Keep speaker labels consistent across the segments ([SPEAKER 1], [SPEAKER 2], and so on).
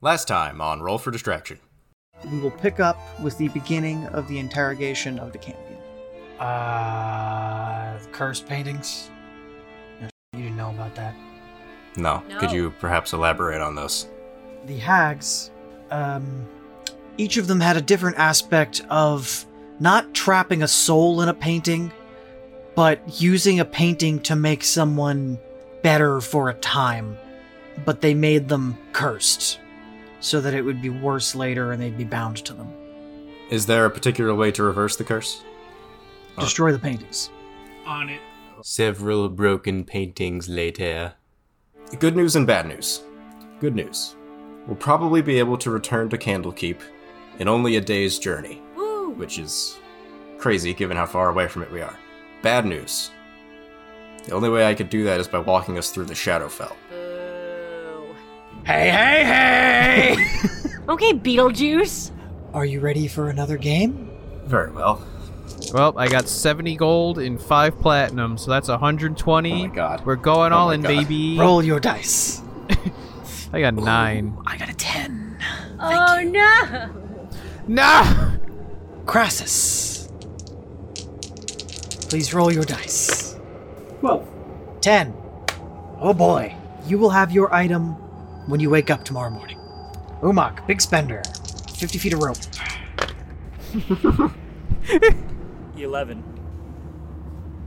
[SPEAKER 1] Last time on Roll for Distraction.
[SPEAKER 2] We will pick up with the beginning of the interrogation of the Campion.
[SPEAKER 3] Uh, cursed paintings. No, You didn't know about that.
[SPEAKER 1] No. Could
[SPEAKER 4] No.
[SPEAKER 1] you perhaps elaborate on this?
[SPEAKER 3] The hags, um, each of them had a different aspect of not trapping a soul in a painting, but using a painting to make someone better for a time. But they made them cursed, so that it would be worse later, and they'd be bound to them.
[SPEAKER 1] Is there a particular way to reverse the curse? Oh.
[SPEAKER 3] Destroy the paintings.
[SPEAKER 5] on it.
[SPEAKER 1] Several broken paintings later. Good news and bad news. Good news. We'll probably be able to return to Candlekeep in only a day's journey,
[SPEAKER 4] Woo!
[SPEAKER 1] which is crazy given how far away from it we are. Bad news. The only way I could do that is by walking us through the Shadowfell.
[SPEAKER 4] Boo.
[SPEAKER 5] Hey, hey, hey!
[SPEAKER 4] Okay, Beetlejuice.
[SPEAKER 3] Are you ready for another game?
[SPEAKER 1] Very well.
[SPEAKER 6] Well, I got 70 gold and 5 platinum, so that's 120.
[SPEAKER 1] Oh my god.
[SPEAKER 6] We're going
[SPEAKER 1] Oh
[SPEAKER 6] all
[SPEAKER 1] my
[SPEAKER 6] in,
[SPEAKER 1] God.
[SPEAKER 6] baby.
[SPEAKER 3] Roll your dice.
[SPEAKER 6] I got 9.
[SPEAKER 3] I got a 10.
[SPEAKER 4] Oh no!
[SPEAKER 6] No!
[SPEAKER 3] Crassus. Please roll your dice.
[SPEAKER 2] Well,
[SPEAKER 3] 10. Oh boy. You will have your item when you wake up tomorrow morning. Umak, big spender. 50 feet of rope.
[SPEAKER 7] 11.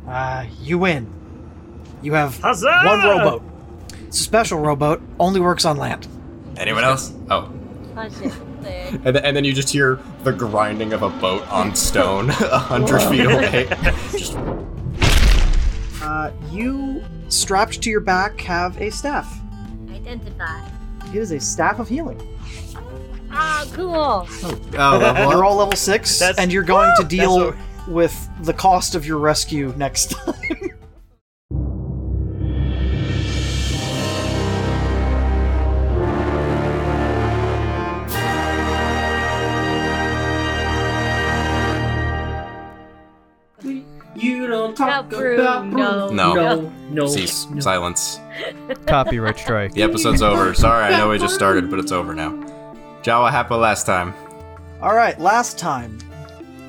[SPEAKER 3] Uh, you win. You have
[SPEAKER 7] Huzzah!
[SPEAKER 3] one rowboat. It's a special rowboat, only works on land.
[SPEAKER 1] Anyone else? Oh.
[SPEAKER 4] Punch it. Thick.
[SPEAKER 1] And, th- and then you just hear the grinding of a boat on stone a hundred feet away.
[SPEAKER 3] Uh, you, strapped to your back, have a staff.
[SPEAKER 4] Identify.
[SPEAKER 3] It is a staff of healing.
[SPEAKER 4] Ah, cool.
[SPEAKER 1] Oh, level
[SPEAKER 3] You're
[SPEAKER 1] up.
[SPEAKER 3] all level six,
[SPEAKER 7] That's-
[SPEAKER 3] and you're going to deal
[SPEAKER 7] what-
[SPEAKER 3] with the cost of your rescue next time.
[SPEAKER 5] You don't talk
[SPEAKER 4] About
[SPEAKER 5] about
[SPEAKER 4] Bruno.
[SPEAKER 5] Bruno.
[SPEAKER 1] No.
[SPEAKER 5] no, no.
[SPEAKER 1] Cease.
[SPEAKER 5] no.
[SPEAKER 1] Silence.
[SPEAKER 6] Copyright strike.
[SPEAKER 1] The episode's over. Sorry, I know we just started, but it's over now. Jawa happened last time.
[SPEAKER 3] All right, last time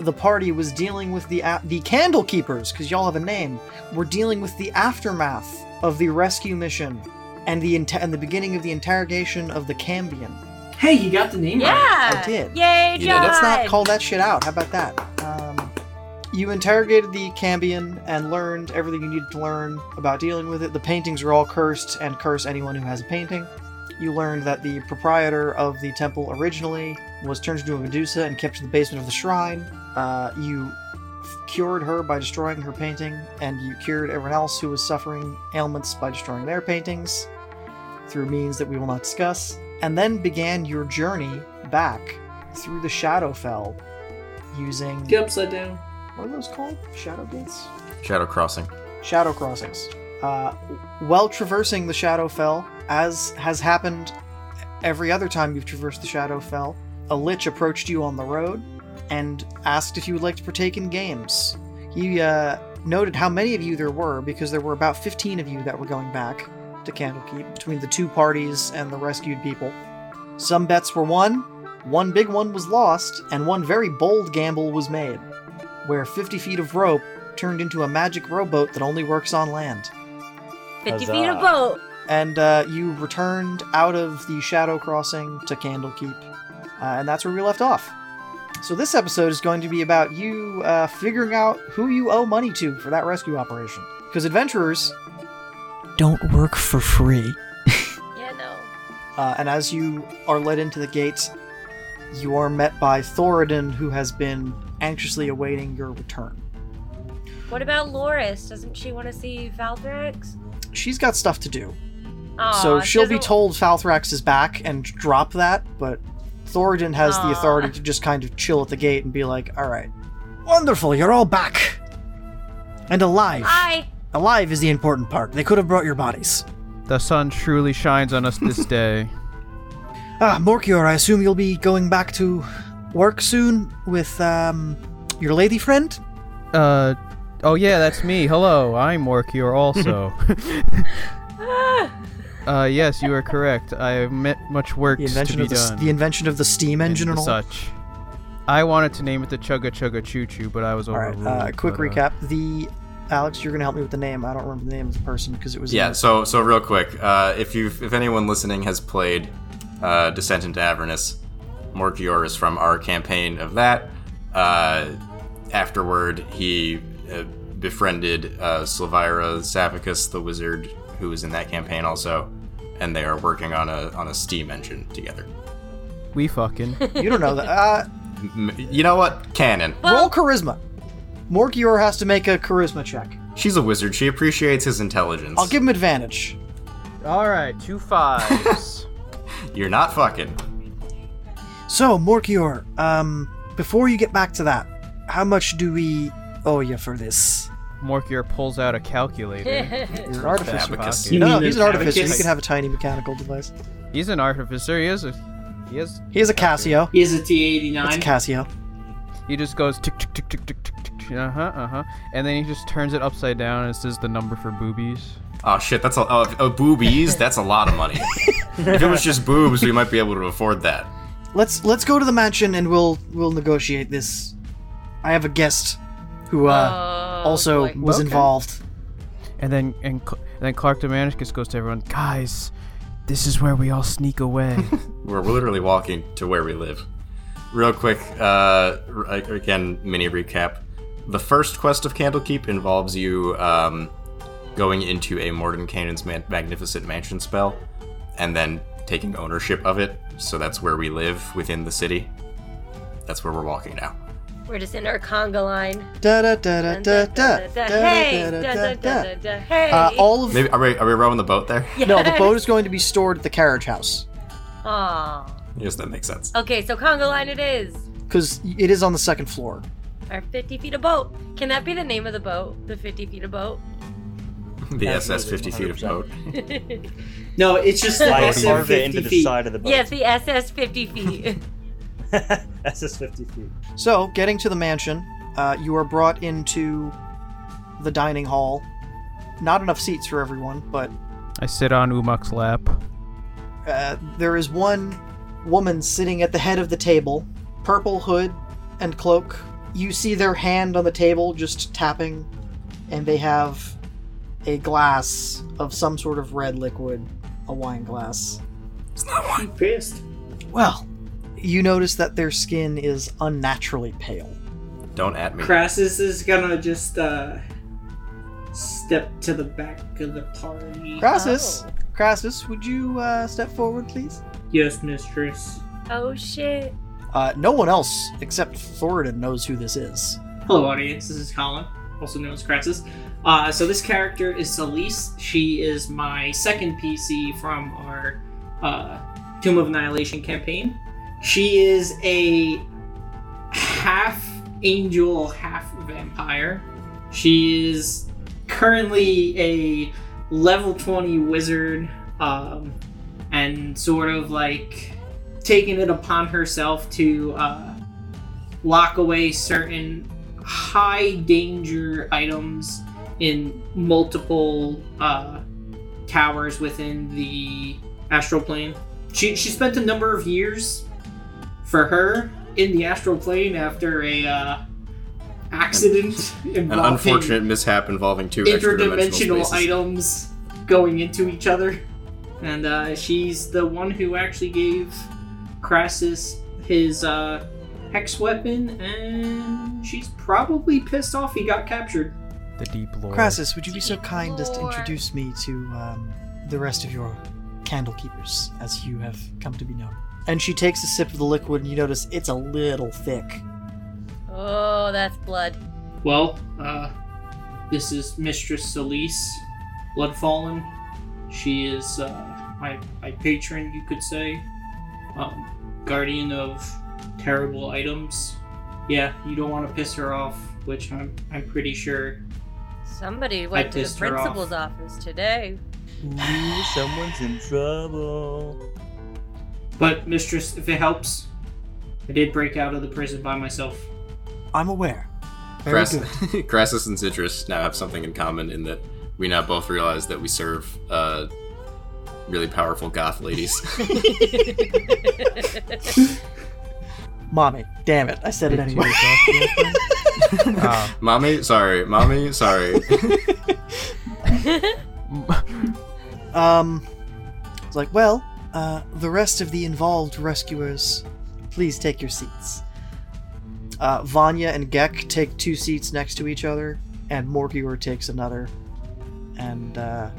[SPEAKER 3] the party was dealing with the a- the candle keepers because y'all have a name. We're dealing with the aftermath of the rescue mission and the inter- and the beginning of the interrogation of the Cambion.
[SPEAKER 5] Hey, you got the name right.
[SPEAKER 4] Yeah.
[SPEAKER 3] I did.
[SPEAKER 4] Yay,
[SPEAKER 1] You did.
[SPEAKER 4] John.
[SPEAKER 3] Let's not call that shit out. How about that? Um, you interrogated the Cambion and learned everything you needed to learn about dealing with it. The paintings were all cursed and curse anyone who has a painting. You learned that the proprietor of the temple originally was turned into a Medusa and kept in the basement of the shrine. Uh, you f- cured her by destroying her painting, and you cured everyone else who was suffering ailments by destroying their paintings through means that we will not discuss. And then began your journey back through the Shadowfell using
[SPEAKER 5] Get upside down.
[SPEAKER 3] what are those called? Shadow gates?
[SPEAKER 1] Shadow Crossing.
[SPEAKER 3] Shadow crossings. Uh, while traversing the Shadowfell, as has happened every other time you've traversed the Shadowfell, a lich approached you on the road and asked if you would like to partake in games. He uh, noted how many of you there were because there were about 15 of you that were going back to Candlekeep between the two parties and the rescued people. Some bets were won, one big one was lost, and one very bold gamble was made, where 50 feet of rope turned into a magic rowboat that only works on land.
[SPEAKER 4] 50 feet of
[SPEAKER 3] uh,
[SPEAKER 7] Huzzah.
[SPEAKER 4] boat.
[SPEAKER 3] And uh, you returned out of the Shadow Crossing to Candlekeep, uh, and that's where we left off. So this episode is going to be about you uh, figuring out who you owe money to for that rescue operation, because adventurers don't work for free.
[SPEAKER 4] Yeah, no.
[SPEAKER 3] Uh, and as you are led into the gates, you are met by Thoradin, who has been anxiously awaiting your return.
[SPEAKER 4] What about Loris? Doesn't she want to see Valdrax?
[SPEAKER 3] She's got stuff to do.
[SPEAKER 4] Aw,
[SPEAKER 3] so
[SPEAKER 4] she
[SPEAKER 3] she'll be
[SPEAKER 4] doesn't-
[SPEAKER 3] told Falthrax is back and drop that, but Thoradin has the
[SPEAKER 4] Aw.
[SPEAKER 3] authority to just kind of chill at the gate and be like, all right, wonderful, you're all back. And alive.
[SPEAKER 4] Hi.
[SPEAKER 3] Alive is the important part. They could have brought your bodies.
[SPEAKER 6] The sun truly shines on us this day.
[SPEAKER 3] Ah, Morkior, I assume you'll be going back to work soon with um, your lady friend?
[SPEAKER 6] Uh, oh yeah, that's me. Hello, I'm Orkior also. Uh, yes, you are correct. I have met much work
[SPEAKER 3] The
[SPEAKER 6] to
[SPEAKER 3] invention
[SPEAKER 6] be
[SPEAKER 3] of the, s-
[SPEAKER 6] done.
[SPEAKER 3] the invention of the steam
[SPEAKER 6] and
[SPEAKER 3] engine and all.
[SPEAKER 6] such. I wanted to name it the Chugga Chugga Choo Choo, but I was
[SPEAKER 3] All right.
[SPEAKER 6] overruled.
[SPEAKER 3] Uh, quick
[SPEAKER 6] but,
[SPEAKER 3] recap. The Alex, you're gonna help me with the name. I don't remember the name of the person because it was in
[SPEAKER 1] Yeah.
[SPEAKER 3] the-
[SPEAKER 1] So so real quick, uh, if you if anyone listening has played uh, Descent into Avernus, Morgior is from our campaign of that. Uh, afterward, he uh, befriended uh, Slavira Savicus, the wizard who was in that campaign also, and they are working on a on a steam engine together.
[SPEAKER 6] We fucking.
[SPEAKER 3] You don't know that. Uh,
[SPEAKER 1] M- you know what? Canon.
[SPEAKER 3] roll charisma. Morkior has to make a charisma check.
[SPEAKER 1] She's a wizard. She appreciates his intelligence.
[SPEAKER 3] I'll give him advantage.
[SPEAKER 6] all right, two fives.
[SPEAKER 1] You're not fucking.
[SPEAKER 3] So, Morkior, um, before you get back to that, how much do we owe you for this?
[SPEAKER 6] Morkior pulls out a calculator.
[SPEAKER 3] You're an artificer.
[SPEAKER 1] Abacus.
[SPEAKER 5] You
[SPEAKER 3] No, no,
[SPEAKER 5] mean
[SPEAKER 3] he's an
[SPEAKER 5] an
[SPEAKER 3] artificer. He
[SPEAKER 5] abacus?
[SPEAKER 3] can have a tiny mechanical device.
[SPEAKER 6] He's an artificer. He is a. He is.
[SPEAKER 3] He has a Casio.
[SPEAKER 5] He is a T eighty
[SPEAKER 3] It's a
[SPEAKER 5] nine.
[SPEAKER 3] Casio.
[SPEAKER 6] He just goes tick tick tick tick tick tick tick. tick, Uh huh. Uh huh. And then he just turns it upside down and says the number for boobies.
[SPEAKER 1] Oh shit, that's a oh, oh boobies. That's a lot of money. if it was just boobs, we might be able to afford that.
[SPEAKER 3] Let's let's go to the mansion and we'll we'll negotiate this. I have a guest who uh, also
[SPEAKER 4] Oh, boy.
[SPEAKER 3] was
[SPEAKER 6] Okay.
[SPEAKER 3] involved.
[SPEAKER 6] And then and, Cl- and then Clark Domanicus goes to everyone. Guys, this is where we all sneak away.
[SPEAKER 1] We're literally walking to where we live. Real quick, uh, r- again, mini recap. The first quest of Candlekeep involves you um, going into a Morden Cannon's man- Magnificent Mansion spell and then taking ownership of it. So that's where we live within the city. That's where we're walking now.
[SPEAKER 4] We're just in our conga line.
[SPEAKER 3] Da da da da
[SPEAKER 4] Dun,
[SPEAKER 3] da da
[SPEAKER 4] dun, dun, dun,
[SPEAKER 3] da
[SPEAKER 4] dun.
[SPEAKER 3] da da
[SPEAKER 4] Hey, dun,
[SPEAKER 3] da
[SPEAKER 4] dun, dun,
[SPEAKER 3] da.
[SPEAKER 4] dun, dun, hey.
[SPEAKER 3] Uh, all of
[SPEAKER 1] Maybe are we, are we rowing the boat there?
[SPEAKER 3] no, the boat is going to be stored at the carriage house
[SPEAKER 4] Aw.
[SPEAKER 1] Yes, that makes sense.
[SPEAKER 4] Okay, so conga line it is.
[SPEAKER 3] because it is on the second floor.
[SPEAKER 4] Our 50 feet of boat. Can that be the name of the boat? The 50 feet of boat?
[SPEAKER 1] The SS 50 feet of boat.
[SPEAKER 5] No, it's just the
[SPEAKER 7] I
[SPEAKER 5] S of
[SPEAKER 7] carve it into
[SPEAKER 5] fifty
[SPEAKER 7] the
[SPEAKER 5] feet.
[SPEAKER 7] side of the boat.
[SPEAKER 4] Yes, the SS 50 feet.
[SPEAKER 7] SS 50 feet.
[SPEAKER 3] So, getting to the mansion, uh, you are brought into the dining hall. Not enough seats for everyone, but
[SPEAKER 6] I sit on Umak's lap.
[SPEAKER 3] uh, there is one woman sitting at the head of the table, purple hood and cloak. You see their hand on the table just tapping, and they have a glass of some sort of red liquid, a wine glass.
[SPEAKER 5] I'm pissed.
[SPEAKER 3] Well, you notice that their skin is unnaturally pale.
[SPEAKER 1] Don't at me.
[SPEAKER 5] Crassus is gonna just uh step to the back of the party.
[SPEAKER 3] Crassus,
[SPEAKER 4] Oh.
[SPEAKER 3] Crassus, would you uh, step forward, please?
[SPEAKER 5] Yes, mistress.
[SPEAKER 4] oh, shit.
[SPEAKER 3] Uh, no one else except Thoradin knows who this is.
[SPEAKER 5] Hello, audience. This is Colin, also known as Crassus. Uh, so this character is Celise. She is my second PC from our uh, Tomb of Annihilation campaign. She is a half angel, half vampire. She is currently a level 20 wizard um, and sort of like taking it upon herself to uh, lock away certain high danger items in multiple uh, towers within the astral plane. She, she spent a number of years for her in the astral plane after a uh, accident involving
[SPEAKER 1] An unfortunate mishap involving two extra-dimensional
[SPEAKER 5] interdimensional
[SPEAKER 1] spaces.
[SPEAKER 5] items going into each other. And uh, she's the one who actually gave Crassus his uh, hex weapon, and she's probably pissed off he got captured.
[SPEAKER 6] The deep lore.
[SPEAKER 3] Crassus, would you be so kind as to
[SPEAKER 4] Lord.
[SPEAKER 3] introduce me to um, the rest of your candle keepers, as you have come to be known? And she takes a sip of the liquid, and you notice it's a little thick.
[SPEAKER 4] Oh, that's blood.
[SPEAKER 5] Well, uh, this is Mistress Elise Bloodfallen. She is uh, my, my patron, you could say. Um, guardian of terrible items. Yeah, you don't want to piss her off, which I'm, I'm pretty sure.
[SPEAKER 4] Somebody went to the
[SPEAKER 5] pissed her
[SPEAKER 4] principal's office today.
[SPEAKER 7] Ooh, someone's in trouble.
[SPEAKER 4] Oh,
[SPEAKER 5] But, Mistress, if it helps, I did break out of the prison by myself.
[SPEAKER 3] I'm aware. Very
[SPEAKER 1] Crass-
[SPEAKER 3] good.
[SPEAKER 1] Crassus and Citrus now have something in common in that we now both realize that we serve uh, really powerful goth ladies.
[SPEAKER 3] Mommy, damn it, I said it anyway.
[SPEAKER 6] Uh,
[SPEAKER 1] mommy, sorry. Mommy, sorry.
[SPEAKER 6] Ah.
[SPEAKER 3] Um, it's like, well, uh, the rest of the involved rescuers, please take your seats. Uh, Vanya and Gek take two seats next to each other, and Morgior takes another. And, uh,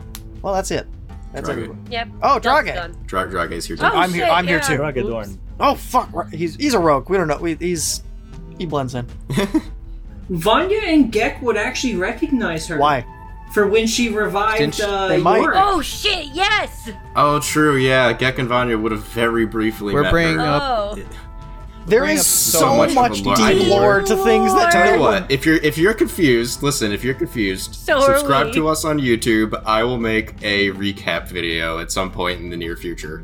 [SPEAKER 3] well, that's it. That's
[SPEAKER 1] Drage.
[SPEAKER 3] everyone.
[SPEAKER 4] yep.
[SPEAKER 3] Oh,
[SPEAKER 4] that's
[SPEAKER 3] Drage!
[SPEAKER 4] done.
[SPEAKER 1] Dra- Drage's here too.
[SPEAKER 4] Oh,
[SPEAKER 3] I'm here-
[SPEAKER 4] shit,
[SPEAKER 3] I'm here
[SPEAKER 4] yeah.
[SPEAKER 3] too.
[SPEAKER 7] Dragadorn.
[SPEAKER 4] Oops.
[SPEAKER 3] Oh, fuck! right, He's, he's a rogue. We don't know. We, he's. He blends in.
[SPEAKER 5] Vanya and Gek would actually recognize her.
[SPEAKER 3] Why?
[SPEAKER 5] For when she revived
[SPEAKER 6] Since
[SPEAKER 5] uh,
[SPEAKER 3] they might.
[SPEAKER 5] York.
[SPEAKER 4] Oh shit! Yes.
[SPEAKER 1] Oh, true. Yeah, Gek and Vanya would have very briefly
[SPEAKER 6] We're
[SPEAKER 1] met
[SPEAKER 6] bringing
[SPEAKER 1] her.
[SPEAKER 6] up-
[SPEAKER 4] Oh,
[SPEAKER 3] There
[SPEAKER 6] Bring
[SPEAKER 3] is
[SPEAKER 6] up
[SPEAKER 3] so,
[SPEAKER 6] so
[SPEAKER 3] much,
[SPEAKER 1] much of a lore.
[SPEAKER 3] deep lore to things that
[SPEAKER 1] Tell
[SPEAKER 3] no
[SPEAKER 1] you
[SPEAKER 3] one.
[SPEAKER 1] what, if you're if you're confused, listen. If you're confused,
[SPEAKER 4] So are
[SPEAKER 1] subscribe
[SPEAKER 4] we.
[SPEAKER 1] to us on YouTube. I will make a recap video at some point in the near future.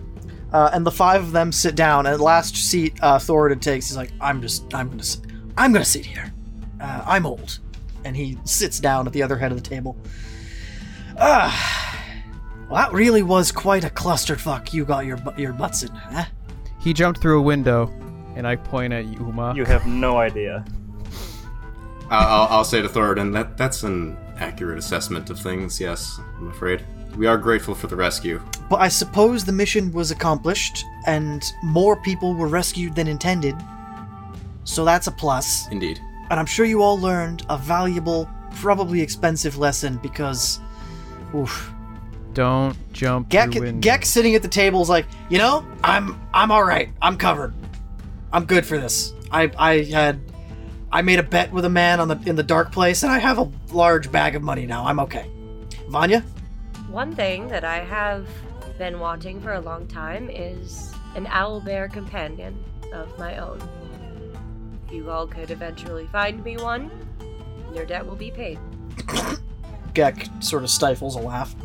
[SPEAKER 3] uh, and the five of them sit down. And last seat uh, Thoradin takes, he's like, "I'm just, I'm gonna, sit, I'm gonna sit here. Uh, I'm old," and he sits down at the other head of the table. Ah, well, that really was quite a clusterfuck you got your bu- your butts in, huh?
[SPEAKER 6] he jumped through a window, and I point at Yuma.
[SPEAKER 7] You have no idea.
[SPEAKER 1] I- I'll, I'll say to Thoradin that that's an accurate assessment of things. Yes, I'm afraid we are grateful for the rescue.
[SPEAKER 3] But I suppose the mission was accomplished, and more people were rescued than intended. So that's a plus.
[SPEAKER 1] Indeed.
[SPEAKER 3] And I'm sure you all learned a valuable, probably expensive lesson because. Oof.
[SPEAKER 6] Don't jump through
[SPEAKER 3] Gek,
[SPEAKER 6] windows.
[SPEAKER 3] Gek sitting at the table is like, you know, I'm I'm all right. I'm covered. I'm good for this. I I had I made a bet with a man on the in the dark place, and I have a large bag of money now. I'm okay. Vanya,
[SPEAKER 4] one thing that I have been wanting for a long time is an owl bear companion of my own. If you all could eventually find me one, your debt will be paid.
[SPEAKER 3] Gek sort of stifles a laugh.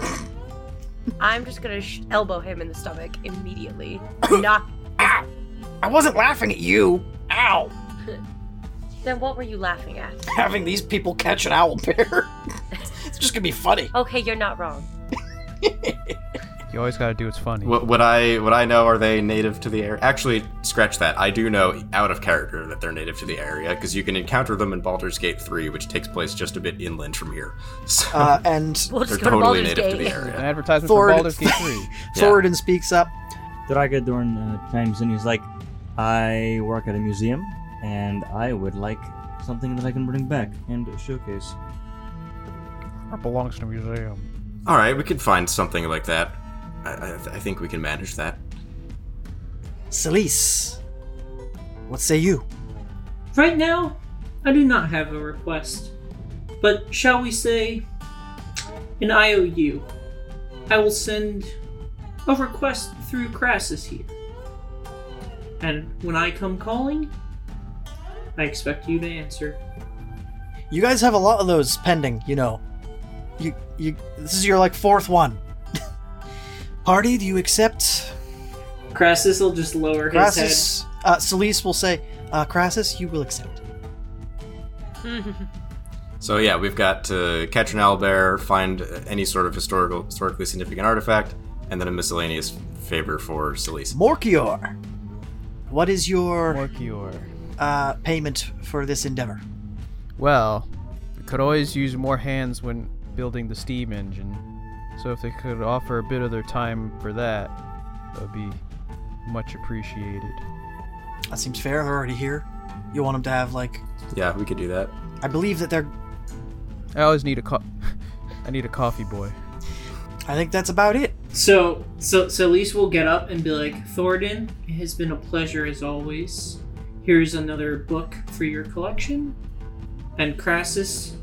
[SPEAKER 4] I'm just gonna sh- elbow him in the stomach immediately. Knock.
[SPEAKER 3] I wasn't laughing at you. Ow!
[SPEAKER 4] Then what were you laughing at?
[SPEAKER 3] Having these people catch an owl bear. it's just gonna be funny.
[SPEAKER 4] Okay, you're not wrong.
[SPEAKER 6] You always gotta do what's funny.
[SPEAKER 1] What, what I what I know are they native to the area? Actually, scratch that. I do know out of character that they're native to the area because you can encounter them in Baldur's Gate 3, which takes place just a bit inland from here. So
[SPEAKER 3] Uh, and
[SPEAKER 4] We'll
[SPEAKER 1] they're
[SPEAKER 4] just go
[SPEAKER 1] totally
[SPEAKER 4] to Baldur's
[SPEAKER 1] native
[SPEAKER 4] Gate.
[SPEAKER 1] to the
[SPEAKER 6] An
[SPEAKER 1] area.
[SPEAKER 6] advertisement
[SPEAKER 3] Thor-
[SPEAKER 6] for Baldur's Gate 3.
[SPEAKER 1] Yeah.
[SPEAKER 3] Thoradin speaks up.
[SPEAKER 7] Dragadorn uh, chimes in. He's like, I work at a museum, and I would like something that I can bring back and showcase.
[SPEAKER 6] It belongs to a museum.
[SPEAKER 1] All right, we could find something like that. I, I, I think we can manage that.
[SPEAKER 3] Celise, what say you?
[SPEAKER 5] Right now, I do not have a request. But shall we say, an IOU? I will send a request through Crassus here. And when I come calling, I expect you to answer.
[SPEAKER 3] You guys have a lot of those pending, you know. You, you. This is your like fourth one. Party, do you accept
[SPEAKER 5] Crassus will just lower his
[SPEAKER 3] Crassus? Uh, Celise will say, uh, Crassus, you will accept.
[SPEAKER 1] So yeah, we've got to catch an owlbear, find any sort of historical, historically significant artifact, and then a miscellaneous favor for Celise.
[SPEAKER 3] Morkior, what is your
[SPEAKER 6] Morkior.
[SPEAKER 3] uh, payment for this endeavor?
[SPEAKER 6] Well, we could always use more hands when building the steam engine. So if they could offer a bit of their time for that, that would be much appreciated.
[SPEAKER 3] That seems fair. They're already here. You want them to have like?
[SPEAKER 1] Yeah, we could do that.
[SPEAKER 3] I believe that they're.
[SPEAKER 6] I always need a co- I need a coffee boy.
[SPEAKER 3] I think that's about it.
[SPEAKER 5] head. So, so, so Elise will get up and be like, Thornton, it has been a pleasure as always. Here's another book for your collection. And Crassus,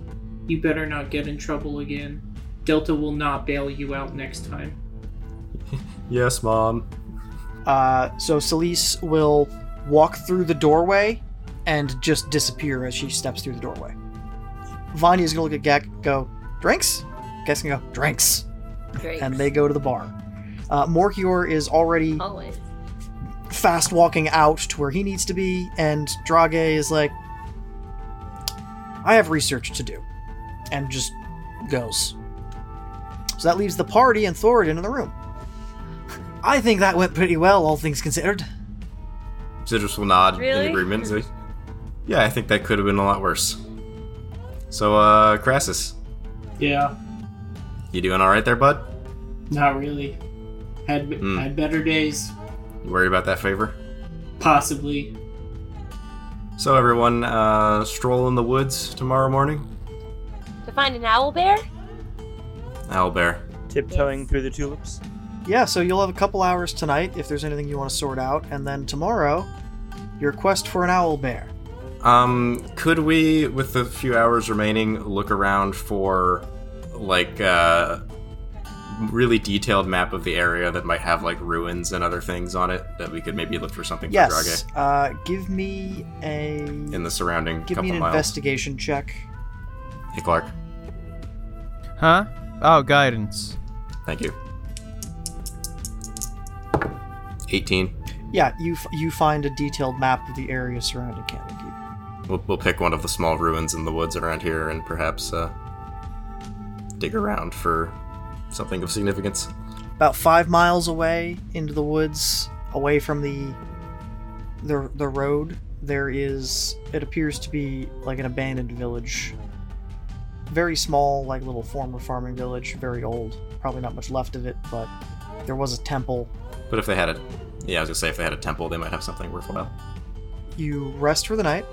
[SPEAKER 5] you better not get in trouble again. Delta will not bail you out next time.
[SPEAKER 1] Yes, mom.
[SPEAKER 3] Uh, so Celise will walk through the doorway and just disappear as she steps through the doorway. Vanya's gonna look at Gek, go, drinks? Gek's gonna go, drinks.
[SPEAKER 4] Great.
[SPEAKER 3] And they go to the bar. Uh, Morkior is already
[SPEAKER 4] Always.
[SPEAKER 3] fast walking out to where he needs to be, and Drage is like, I have research to do. And just goes. So that leaves the party and Thoradin in the room. I think that went pretty well, all things considered.
[SPEAKER 1] Citrus will nod
[SPEAKER 4] Really?
[SPEAKER 1] in agreement. Say, yeah, I think that could have been a lot worse. So, uh, Crassus,
[SPEAKER 5] Yeah,
[SPEAKER 1] you doing all right there, bud?
[SPEAKER 5] not really. Had
[SPEAKER 1] Hmm.
[SPEAKER 5] had better days,
[SPEAKER 1] You worried about that favor?
[SPEAKER 5] possibly.
[SPEAKER 1] So, everyone, uh, stroll in the woods tomorrow morning.
[SPEAKER 4] To find an owl bear?
[SPEAKER 1] Owlbear.
[SPEAKER 7] Tiptoeing
[SPEAKER 4] Yes.
[SPEAKER 7] through the tulips.
[SPEAKER 3] Yeah, so you'll have a couple hours tonight if there's anything you want to sort out, and then tomorrow, your quest for an owl bear.
[SPEAKER 1] Um, could we, with the few hours remaining, look around for like uh really detailed map of the area that might have like ruins and other things on it that we could maybe look for something for
[SPEAKER 3] Yes.
[SPEAKER 1] Drage
[SPEAKER 3] Uh, give me a
[SPEAKER 1] in the surrounding
[SPEAKER 3] give
[SPEAKER 1] couple
[SPEAKER 3] me an
[SPEAKER 1] miles.
[SPEAKER 3] investigation check.
[SPEAKER 1] hey Clark,
[SPEAKER 6] Huh? Oh, guidance.
[SPEAKER 1] thank you. 18.
[SPEAKER 3] Yeah, you f- you find a detailed map of the area surrounding Candlekeep.
[SPEAKER 1] We'll, we'll pick one of the small ruins in the woods around here and perhaps uh, dig around for something of significance.
[SPEAKER 3] About five miles away into the woods, away from the the the road, there is it appears to be like an abandoned village. Very small, like little former farming village, very old. Probably not much left of it, but there was a temple.
[SPEAKER 1] But if they had a, yeah, I was gonna say if they had a temple, they might have something worthwhile.
[SPEAKER 3] You rest for the night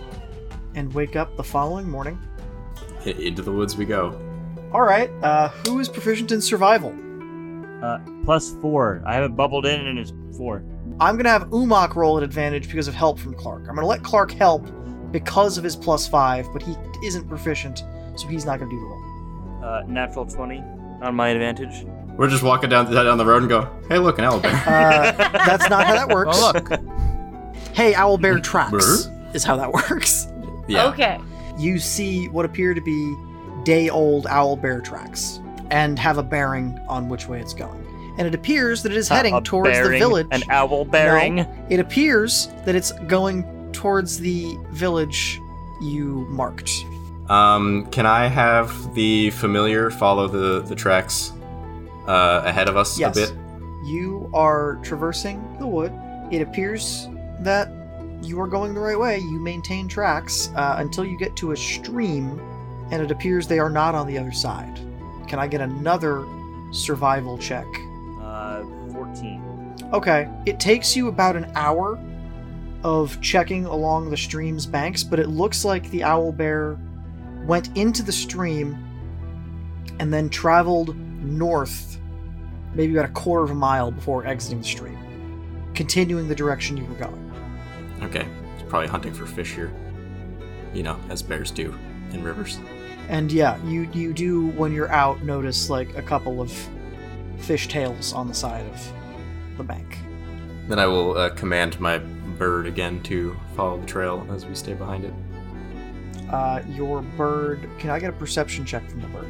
[SPEAKER 3] and wake up the following morning.
[SPEAKER 1] I- Into the woods we go.
[SPEAKER 3] All right, uh, who is proficient in survival?
[SPEAKER 7] Uh, plus four. I have it bubbled in and it's four.
[SPEAKER 3] I'm gonna have Umok roll at advantage because of help from Clark. I'm gonna let Clark help because of his plus five, but he isn't proficient, so he's not gonna do the roll.
[SPEAKER 7] Uh, natural 20 on my advantage.
[SPEAKER 1] We're just walking down down the road and go, hey, look, an owlbear.
[SPEAKER 3] Uh, that's not how that works.
[SPEAKER 6] Oh, look.
[SPEAKER 3] Hey, owlbear tracks is how that works.
[SPEAKER 1] yeah.
[SPEAKER 4] Okay.
[SPEAKER 3] You see what appear to be day-old owlbear tracks and have a bearing on which way it's going, and it appears that it is heading
[SPEAKER 7] A
[SPEAKER 3] towards the
[SPEAKER 7] bearing,
[SPEAKER 3] village.
[SPEAKER 7] An owl bearing.
[SPEAKER 3] It appears that it's going towards the village you marked.
[SPEAKER 1] Um, can I have the familiar follow the the tracks uh, ahead of us
[SPEAKER 3] Yes.
[SPEAKER 1] a bit?
[SPEAKER 3] You are traversing the wood. It appears that you are going the right way. You maintain tracks uh, until you get to a stream, and it appears they are not on the other side. Can I get another survival check?
[SPEAKER 7] Uh, 14.
[SPEAKER 3] Okay. It takes you about an hour of checking along the stream's banks, but it looks like the owl bear went into the stream and then traveled north, maybe about a quarter of a mile before exiting the stream, continuing the direction you were going.
[SPEAKER 1] Okay, it's probably hunting for fish here. You know, as bears do in rivers.
[SPEAKER 3] And yeah, you you do when you're out notice like a couple of fish tails on the side of the bank.
[SPEAKER 1] Then I will uh, command my bird again to follow the trail as we stay behind it.
[SPEAKER 3] Uh, your bird. Can I get a perception check from the bird?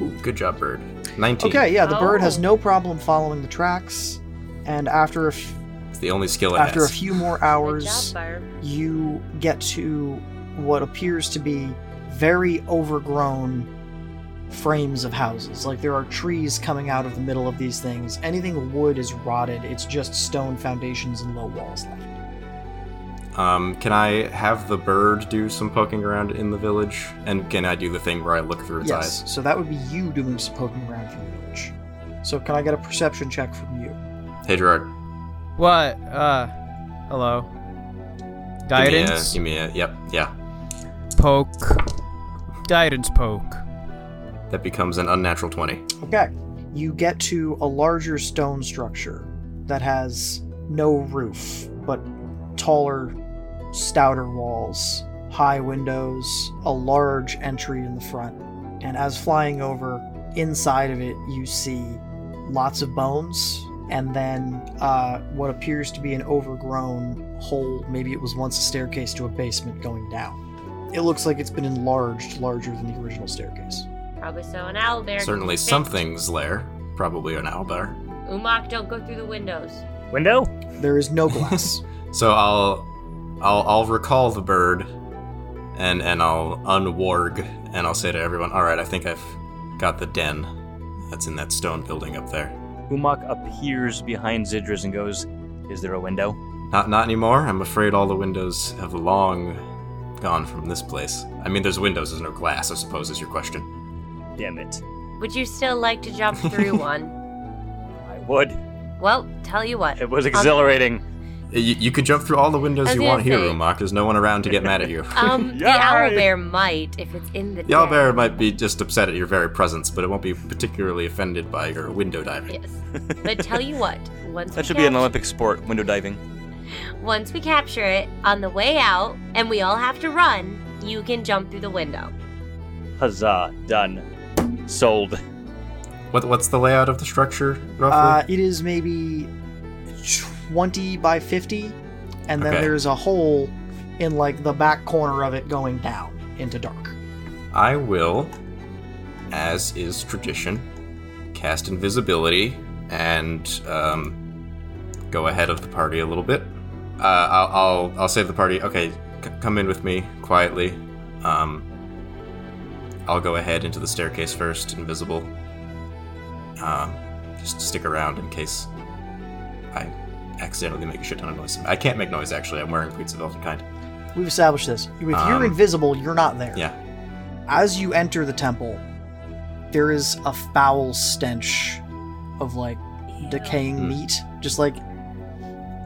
[SPEAKER 1] Ooh, good job, bird. Nineteen.
[SPEAKER 3] Okay, yeah, the bird has
[SPEAKER 4] Oh.
[SPEAKER 3] no problem following the tracks, and after a f-
[SPEAKER 1] It's the only skill it
[SPEAKER 3] after a
[SPEAKER 1] has.
[SPEAKER 3] few more
[SPEAKER 4] Good
[SPEAKER 3] hours,
[SPEAKER 4] job, Byron.
[SPEAKER 3] you get to what appears to be very overgrown frames of houses. Like there are trees coming out of the middle of these things. Anything wood is rotted. It's just stone foundations and low walls left.
[SPEAKER 1] Um, can I have the bird do some poking around in the village? And can I do the thing where I look through its
[SPEAKER 3] yes, so that would be you doing some poking around through the village. So can I get a perception check from you?
[SPEAKER 1] eyes? Hey, Gerard.
[SPEAKER 6] What? Uh, hello. Guidance.
[SPEAKER 1] Give me a, give me a yep, yeah.
[SPEAKER 6] Poke. Guidance poke.
[SPEAKER 1] That becomes an unnatural twenty.
[SPEAKER 3] Okay. You get to a larger stone structure that has no roof, but taller, stouter walls, high windows, a large entry in the front. And as flying over, inside of it, you see lots of bones and then uh, what appears to be an overgrown hole. Maybe it was once a staircase to a basement going down. It looks like it's been enlarged, larger than the original staircase.
[SPEAKER 4] Probably so an owl bear.
[SPEAKER 1] Certainly
[SPEAKER 4] Fit.
[SPEAKER 1] something's there. Probably an owlbear.
[SPEAKER 4] Umak, don't go through the windows.
[SPEAKER 7] Window?
[SPEAKER 3] There is no glass.
[SPEAKER 1] So I'll I'll I'll recall the bird and and I'll unwarg and I'll say to everyone, Alright, I think I've got the den that's in that stone building up there.
[SPEAKER 7] Umak appears behind Zidris and goes, Is there a window?
[SPEAKER 1] Not, not anymore. I'm afraid all the windows have long gone from this place. I mean, there's windows, there's no glass, I suppose, is your question.
[SPEAKER 7] Damn it.
[SPEAKER 4] Would you still like to jump through one?
[SPEAKER 7] I would.
[SPEAKER 4] Well, tell you what.
[SPEAKER 7] It was exhilarating.
[SPEAKER 1] You, you can jump through all the windows
[SPEAKER 4] I was
[SPEAKER 1] you
[SPEAKER 4] gonna
[SPEAKER 1] want here,
[SPEAKER 4] say-
[SPEAKER 1] Umak. There's no one around to get mad at you.
[SPEAKER 4] Um, the
[SPEAKER 7] Yay!
[SPEAKER 4] owlbear might, if it's in the
[SPEAKER 1] The owlbear
[SPEAKER 4] den.
[SPEAKER 1] might be just upset at your very presence, but it won't be particularly offended by your window diving.
[SPEAKER 4] Yes. But tell you what, once we
[SPEAKER 7] That should be an
[SPEAKER 4] capture-
[SPEAKER 7] Olympic sport, window diving.
[SPEAKER 4] Once we capture it on the way out, and we all have to run, you can jump through the window.
[SPEAKER 7] Huzzah, done. Sold.
[SPEAKER 1] What, what's the layout of the structure, roughly?
[SPEAKER 3] Uh, it is maybe 20 by 50, and then
[SPEAKER 1] Okay.
[SPEAKER 3] there's a hole in like the back corner of it going down into dark.
[SPEAKER 1] I will, as is tradition, cast invisibility and um, go ahead of the party a little bit. Uh, I'll, I'll I'll save the party. Okay, c- come in with me quietly. Um, I'll go ahead into the staircase first, invisible. Um, just stick around in case I accidentally make a shit ton of noise. I can't make noise actually. I'm wearing boots of elven kind.
[SPEAKER 3] We've established this. If
[SPEAKER 1] Um,
[SPEAKER 3] you're invisible, you're not there.
[SPEAKER 1] Yeah.
[SPEAKER 3] As you enter the temple, there is a foul stench of like decaying
[SPEAKER 1] Mm.
[SPEAKER 3] meat. Just like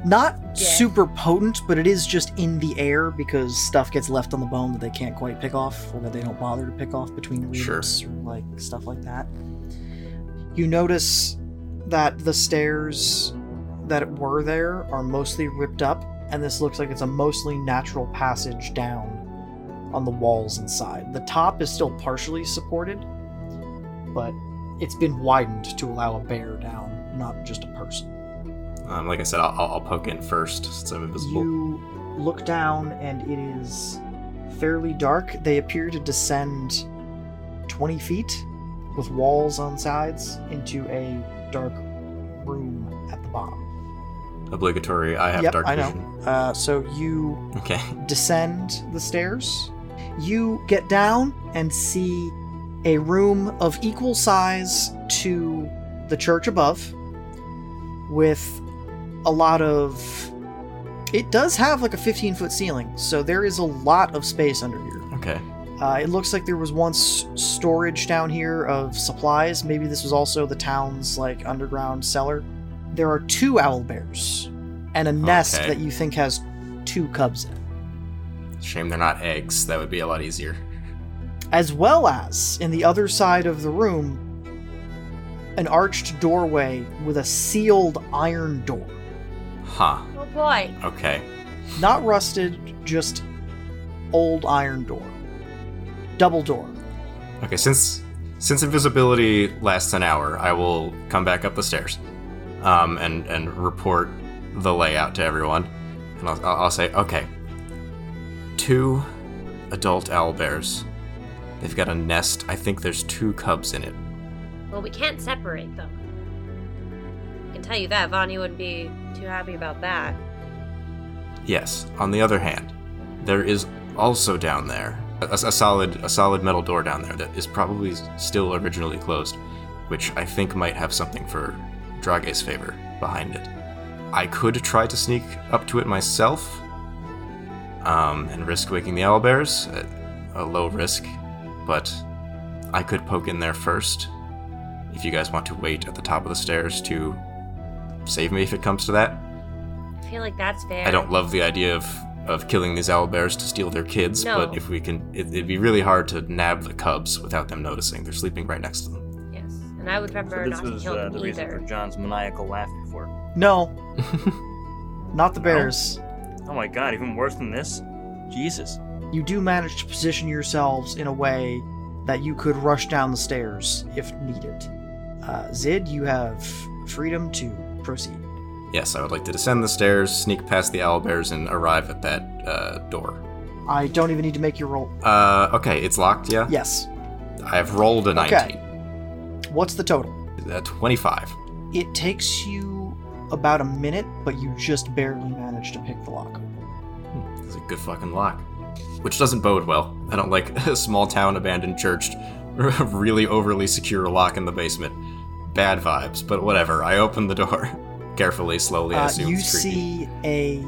[SPEAKER 3] not super potent, but it is just in the air because stuff gets left on the bone that they can't quite pick off or that they don't bother to pick off between
[SPEAKER 1] Sure.
[SPEAKER 3] readings or like stuff like that. You notice that the stairs that were there are mostly ripped up, and this looks like it's a mostly natural passage down on the walls inside. The top is still partially supported, but it's been widened to allow a bear down, not just a person.
[SPEAKER 1] Um, like I said, I'll, I'll I'll poke in first since I'm invisible.
[SPEAKER 3] You look down, and it is fairly dark. They appear to descend 20 feet with walls on sides into a dark room at the bottom.
[SPEAKER 1] obligatory. I have
[SPEAKER 3] Yep,
[SPEAKER 1] dark
[SPEAKER 3] I know.
[SPEAKER 1] vision.
[SPEAKER 3] Uh, so you
[SPEAKER 1] Okay.
[SPEAKER 3] descend the stairs, you get down and see a room of equal size to the church above with a lot of. It does have like a 15 foot ceiling, so there is a lot of space under here.
[SPEAKER 1] Okay.
[SPEAKER 3] Uh, it looks like there was once storage down here of supplies. Maybe this was also the town's like underground cellar. There are two owl bears and a nest
[SPEAKER 1] Okay.
[SPEAKER 3] that you think has two cubs in it.
[SPEAKER 1] Shame they're not eggs. That would be a lot easier.
[SPEAKER 3] as well as in the other side of the room an arched doorway with a sealed iron door
[SPEAKER 1] Huh.
[SPEAKER 4] Oh boy.
[SPEAKER 1] Okay.
[SPEAKER 3] not rusted just old iron door double door
[SPEAKER 1] Okay. Since since invisibility lasts an hour, I will come back up the stairs, um, and and report the layout to everyone, and I'll, I'll I'll say, okay, two adult owl bears. They've got a nest. I think there's two cubs in it.
[SPEAKER 4] Well, we can't separate them. I can tell you that. Vanya wouldn't be too happy about that.
[SPEAKER 1] Yes. On the other hand, there is also down there a, a solid a solid metal door down there that is probably s- still originally closed, which I think might have something for Drage's favor behind it. I could try to sneak up to it myself, um, and risk waking the owlbears, a, a low risk, but I could poke in there first. If you guys want to wait at the top of the stairs to save me if it comes to that,
[SPEAKER 4] I feel like that's fair.
[SPEAKER 1] I don't love the idea of of killing these owl bears to steal their kids,
[SPEAKER 4] No.
[SPEAKER 1] but if we can, it, it'd be really hard to nab the cubs without them noticing. They're sleeping right next to them.
[SPEAKER 4] Yes, and I would prefer
[SPEAKER 7] this
[SPEAKER 4] not to
[SPEAKER 7] was
[SPEAKER 4] kill
[SPEAKER 7] uh,
[SPEAKER 4] them
[SPEAKER 7] the reason for
[SPEAKER 4] either.
[SPEAKER 7] John's maniacal laugh before.
[SPEAKER 3] no not the bears
[SPEAKER 7] Oh my god, even worse than this? Jesus.
[SPEAKER 3] you do manage to position yourselves in a way that you could rush down the stairs if needed uh, zid you have freedom to proceed
[SPEAKER 1] yes, I would like to descend the stairs, sneak past the owl bears, and arrive at that uh, door.
[SPEAKER 3] i don't even need to make your roll
[SPEAKER 1] Uh, okay, it's locked. Yeah,
[SPEAKER 3] yes
[SPEAKER 1] I've rolled a
[SPEAKER 3] Okay.
[SPEAKER 1] nineteen,
[SPEAKER 3] what's the total
[SPEAKER 1] a twenty-five.
[SPEAKER 3] It takes you about a minute, but you just barely manage to pick the lock open.
[SPEAKER 1] It's a good fucking lock, which doesn't bode well. I don't like a small town abandoned church, really overly secure lock in the basement. bad vibes, but whatever. I open the door carefully, slowly. I
[SPEAKER 3] Uh,
[SPEAKER 1] assume
[SPEAKER 3] you
[SPEAKER 1] it's creaky.
[SPEAKER 3] see a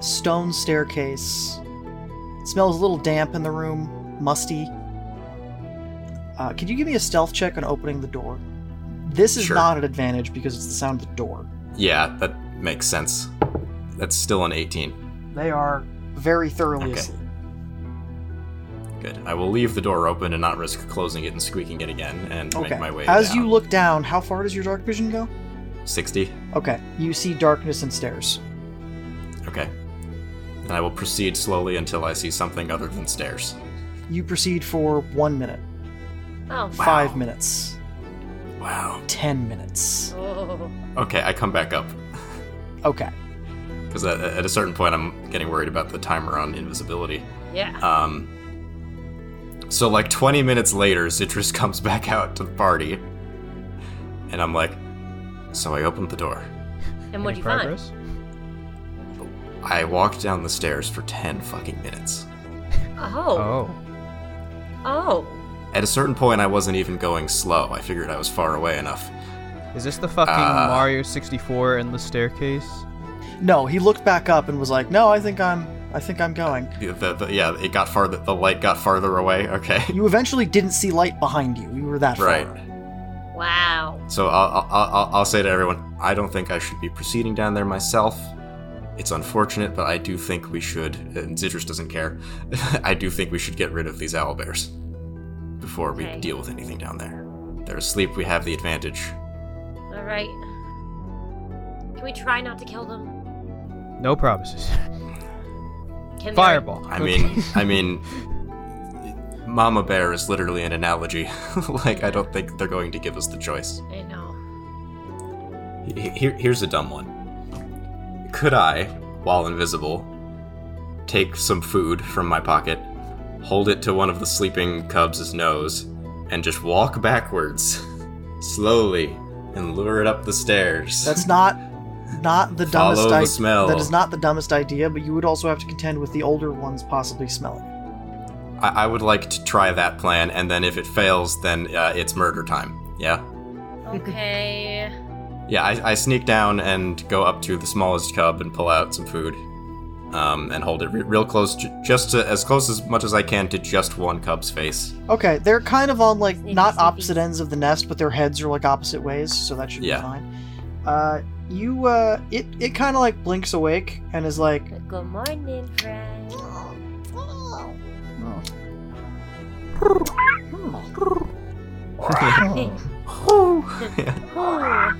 [SPEAKER 3] stone staircase. It smells a little damp in the room, musty. Uh, could you give me a stealth check on opening the door? This is
[SPEAKER 1] Sure.
[SPEAKER 3] not an advantage because it's the sound of the door.
[SPEAKER 1] Yeah, that makes sense. That's still an 18.
[SPEAKER 3] They are very thoroughly
[SPEAKER 1] Okay.
[SPEAKER 3] asleep.
[SPEAKER 1] Good. I will leave the door open and not risk closing it and squeaking it again and
[SPEAKER 3] Okay.
[SPEAKER 1] make my way
[SPEAKER 3] As
[SPEAKER 1] down.
[SPEAKER 3] you look down, how far does your dark vision go?
[SPEAKER 1] 60.
[SPEAKER 3] Okay, you see darkness and stairs.
[SPEAKER 1] Okay. And I will proceed slowly until I see something other than stairs.
[SPEAKER 3] You proceed for one minute,
[SPEAKER 4] Oh.
[SPEAKER 3] five minutes,
[SPEAKER 1] Wow.
[SPEAKER 3] ten minutes.
[SPEAKER 4] Oh.
[SPEAKER 1] Okay, I come back up.
[SPEAKER 3] Okay.
[SPEAKER 1] Because at, at a certain point, I'm getting worried about the timer on invisibility.
[SPEAKER 4] Yeah.
[SPEAKER 1] Um. So, like 20 minutes later, Citrus comes back out to the party. And I'm like, so I opened the door.
[SPEAKER 4] And what do
[SPEAKER 6] Any
[SPEAKER 4] you find?
[SPEAKER 6] progress?
[SPEAKER 1] I walked down the stairs for 10 fucking minutes.
[SPEAKER 4] Oh.
[SPEAKER 6] Oh.
[SPEAKER 4] Oh.
[SPEAKER 1] At a certain point, I wasn't even going slow. I figured I was far away enough.
[SPEAKER 6] Is this the fucking
[SPEAKER 1] Uh.
[SPEAKER 6] Mario 64 and the staircase?
[SPEAKER 3] No, he looked back up and was like, "No, I think I'm, I think I'm going."
[SPEAKER 1] The- the- the- yeah, it got farther. The light got farther away. Okay.
[SPEAKER 3] You eventually didn't see light behind you. You were that far.
[SPEAKER 1] Right.
[SPEAKER 4] Wow.
[SPEAKER 1] So I'll, I'll, I'll, I'll say to everyone, I don't think I should be proceeding down there myself. It's unfortunate, but I do think we should. And Zitrus doesn't care. I do think we should get rid of these owl bears before we
[SPEAKER 4] Okay.
[SPEAKER 1] deal with anything down there. They're asleep. We have the advantage.
[SPEAKER 4] All right. Can we try not to kill them?
[SPEAKER 6] No promises.
[SPEAKER 4] Can there-
[SPEAKER 6] Fireball.
[SPEAKER 1] I
[SPEAKER 6] Okay.
[SPEAKER 1] mean, I mean, Mama Bear is literally an analogy. like, I don't think they're going to give us the choice.
[SPEAKER 4] I know.
[SPEAKER 1] He- Here, here's a dumb one. Could I, while invisible, take some food from my pocket, hold it to one of the sleeping cubs' nose, and just walk backwards, slowly, and lure it up the stairs?
[SPEAKER 3] That's not, not the
[SPEAKER 1] Follow
[SPEAKER 3] dumbest
[SPEAKER 1] the
[SPEAKER 3] idea.
[SPEAKER 1] smell.
[SPEAKER 3] That is not the dumbest idea. But you would also have to contend with the older ones possibly smelling. it.
[SPEAKER 1] I, I would like to try that plan, and then if it fails, then uh, it's murder time. Yeah?
[SPEAKER 4] Okay.
[SPEAKER 1] Yeah, I, I sneak down and go up to the smallest cub and pull out some food, um, and hold it re- real close, j- just to, as close as much as I can to just one cub's face.
[SPEAKER 3] Okay, they're kind of on like
[SPEAKER 4] Sneaky,
[SPEAKER 3] not
[SPEAKER 4] sneaky.
[SPEAKER 3] opposite ends of the nest, but their heads are like opposite ways, so that should
[SPEAKER 1] Yeah.
[SPEAKER 3] be fine. Uh, you, uh, it, it kind of like blinks awake and is like,
[SPEAKER 4] Good morning, friend. Oh.
[SPEAKER 3] uh,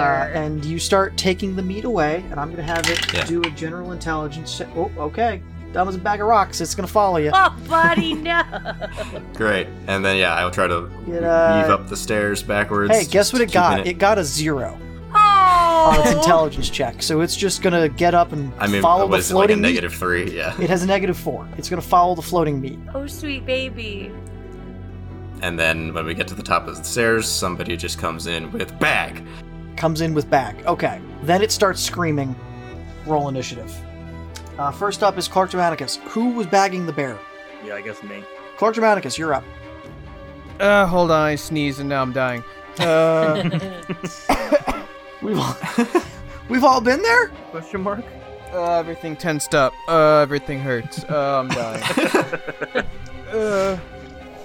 [SPEAKER 4] Err.
[SPEAKER 3] and you start taking the meat away, and I'm gonna have it
[SPEAKER 1] Yeah.
[SPEAKER 3] do a general intelligence. Check. Oh, okay. Dumb as a bag of rocks. It's gonna follow you.
[SPEAKER 4] oh, buddy, no.
[SPEAKER 1] Great. And then yeah, I'll try to
[SPEAKER 3] Get, uh,
[SPEAKER 1] weave up the stairs backwards.
[SPEAKER 3] Hey, guess what it
[SPEAKER 1] just
[SPEAKER 3] got? It.
[SPEAKER 1] keeping
[SPEAKER 3] got a zero on its
[SPEAKER 4] Oh.
[SPEAKER 3] intelligence check. So it's just gonna get up and
[SPEAKER 1] I mean,
[SPEAKER 3] follow
[SPEAKER 1] it
[SPEAKER 3] the
[SPEAKER 1] was like a
[SPEAKER 3] floating
[SPEAKER 1] negative three. Yeah.
[SPEAKER 3] meat. It has a negative four. It's gonna follow the floating meat.
[SPEAKER 4] oh, sweet baby.
[SPEAKER 1] And then when we get to the top of the stairs, somebody just comes in with bag.
[SPEAKER 3] Comes in with bag. Okay. Then it starts screaming. Roll initiative. Uh, first up is Clark Dramaticus. Who was bagging the bear?
[SPEAKER 7] Yeah, I guess me.
[SPEAKER 3] Clark Dramaticus, you're up.
[SPEAKER 6] Uh, hold on, I sneezed and now I'm dying. Uh,
[SPEAKER 3] We've all, we've all been there.
[SPEAKER 6] question mark? Uh, everything tensed up. Uh, everything hurts. Uh, I'm dying. uh,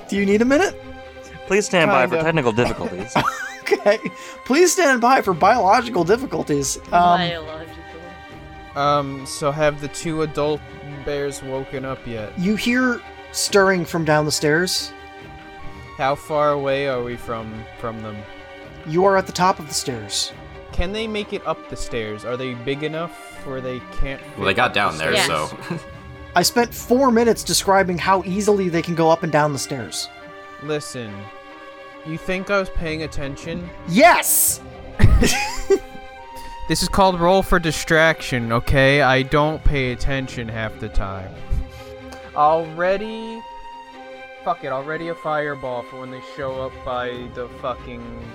[SPEAKER 3] Do you need a minute?
[SPEAKER 7] Please stand by for
[SPEAKER 6] Kinda.
[SPEAKER 7] technical difficulties.
[SPEAKER 3] Okay. Please stand by for biological difficulties. Um,
[SPEAKER 4] Biological.
[SPEAKER 6] um, so have the two adult bears woken up yet?
[SPEAKER 3] you hear stirring from down the stairs.
[SPEAKER 6] How far away are we from from them?
[SPEAKER 3] You are at the top of the stairs.
[SPEAKER 6] Can they make it up the stairs? Are they big enough where they can't?
[SPEAKER 1] Well, they
[SPEAKER 6] fit
[SPEAKER 1] got
[SPEAKER 6] up the
[SPEAKER 1] down there,
[SPEAKER 6] stairs?
[SPEAKER 4] Yes.
[SPEAKER 1] so
[SPEAKER 3] I spent four minutes describing how easily they can go up and down the stairs.
[SPEAKER 6] Listen, you think I was paying attention?
[SPEAKER 3] Yes!
[SPEAKER 6] This is called roll for distraction, okay? I don't pay attention half the time. Already. Fuck it, already a fireball for when they show up by the fucking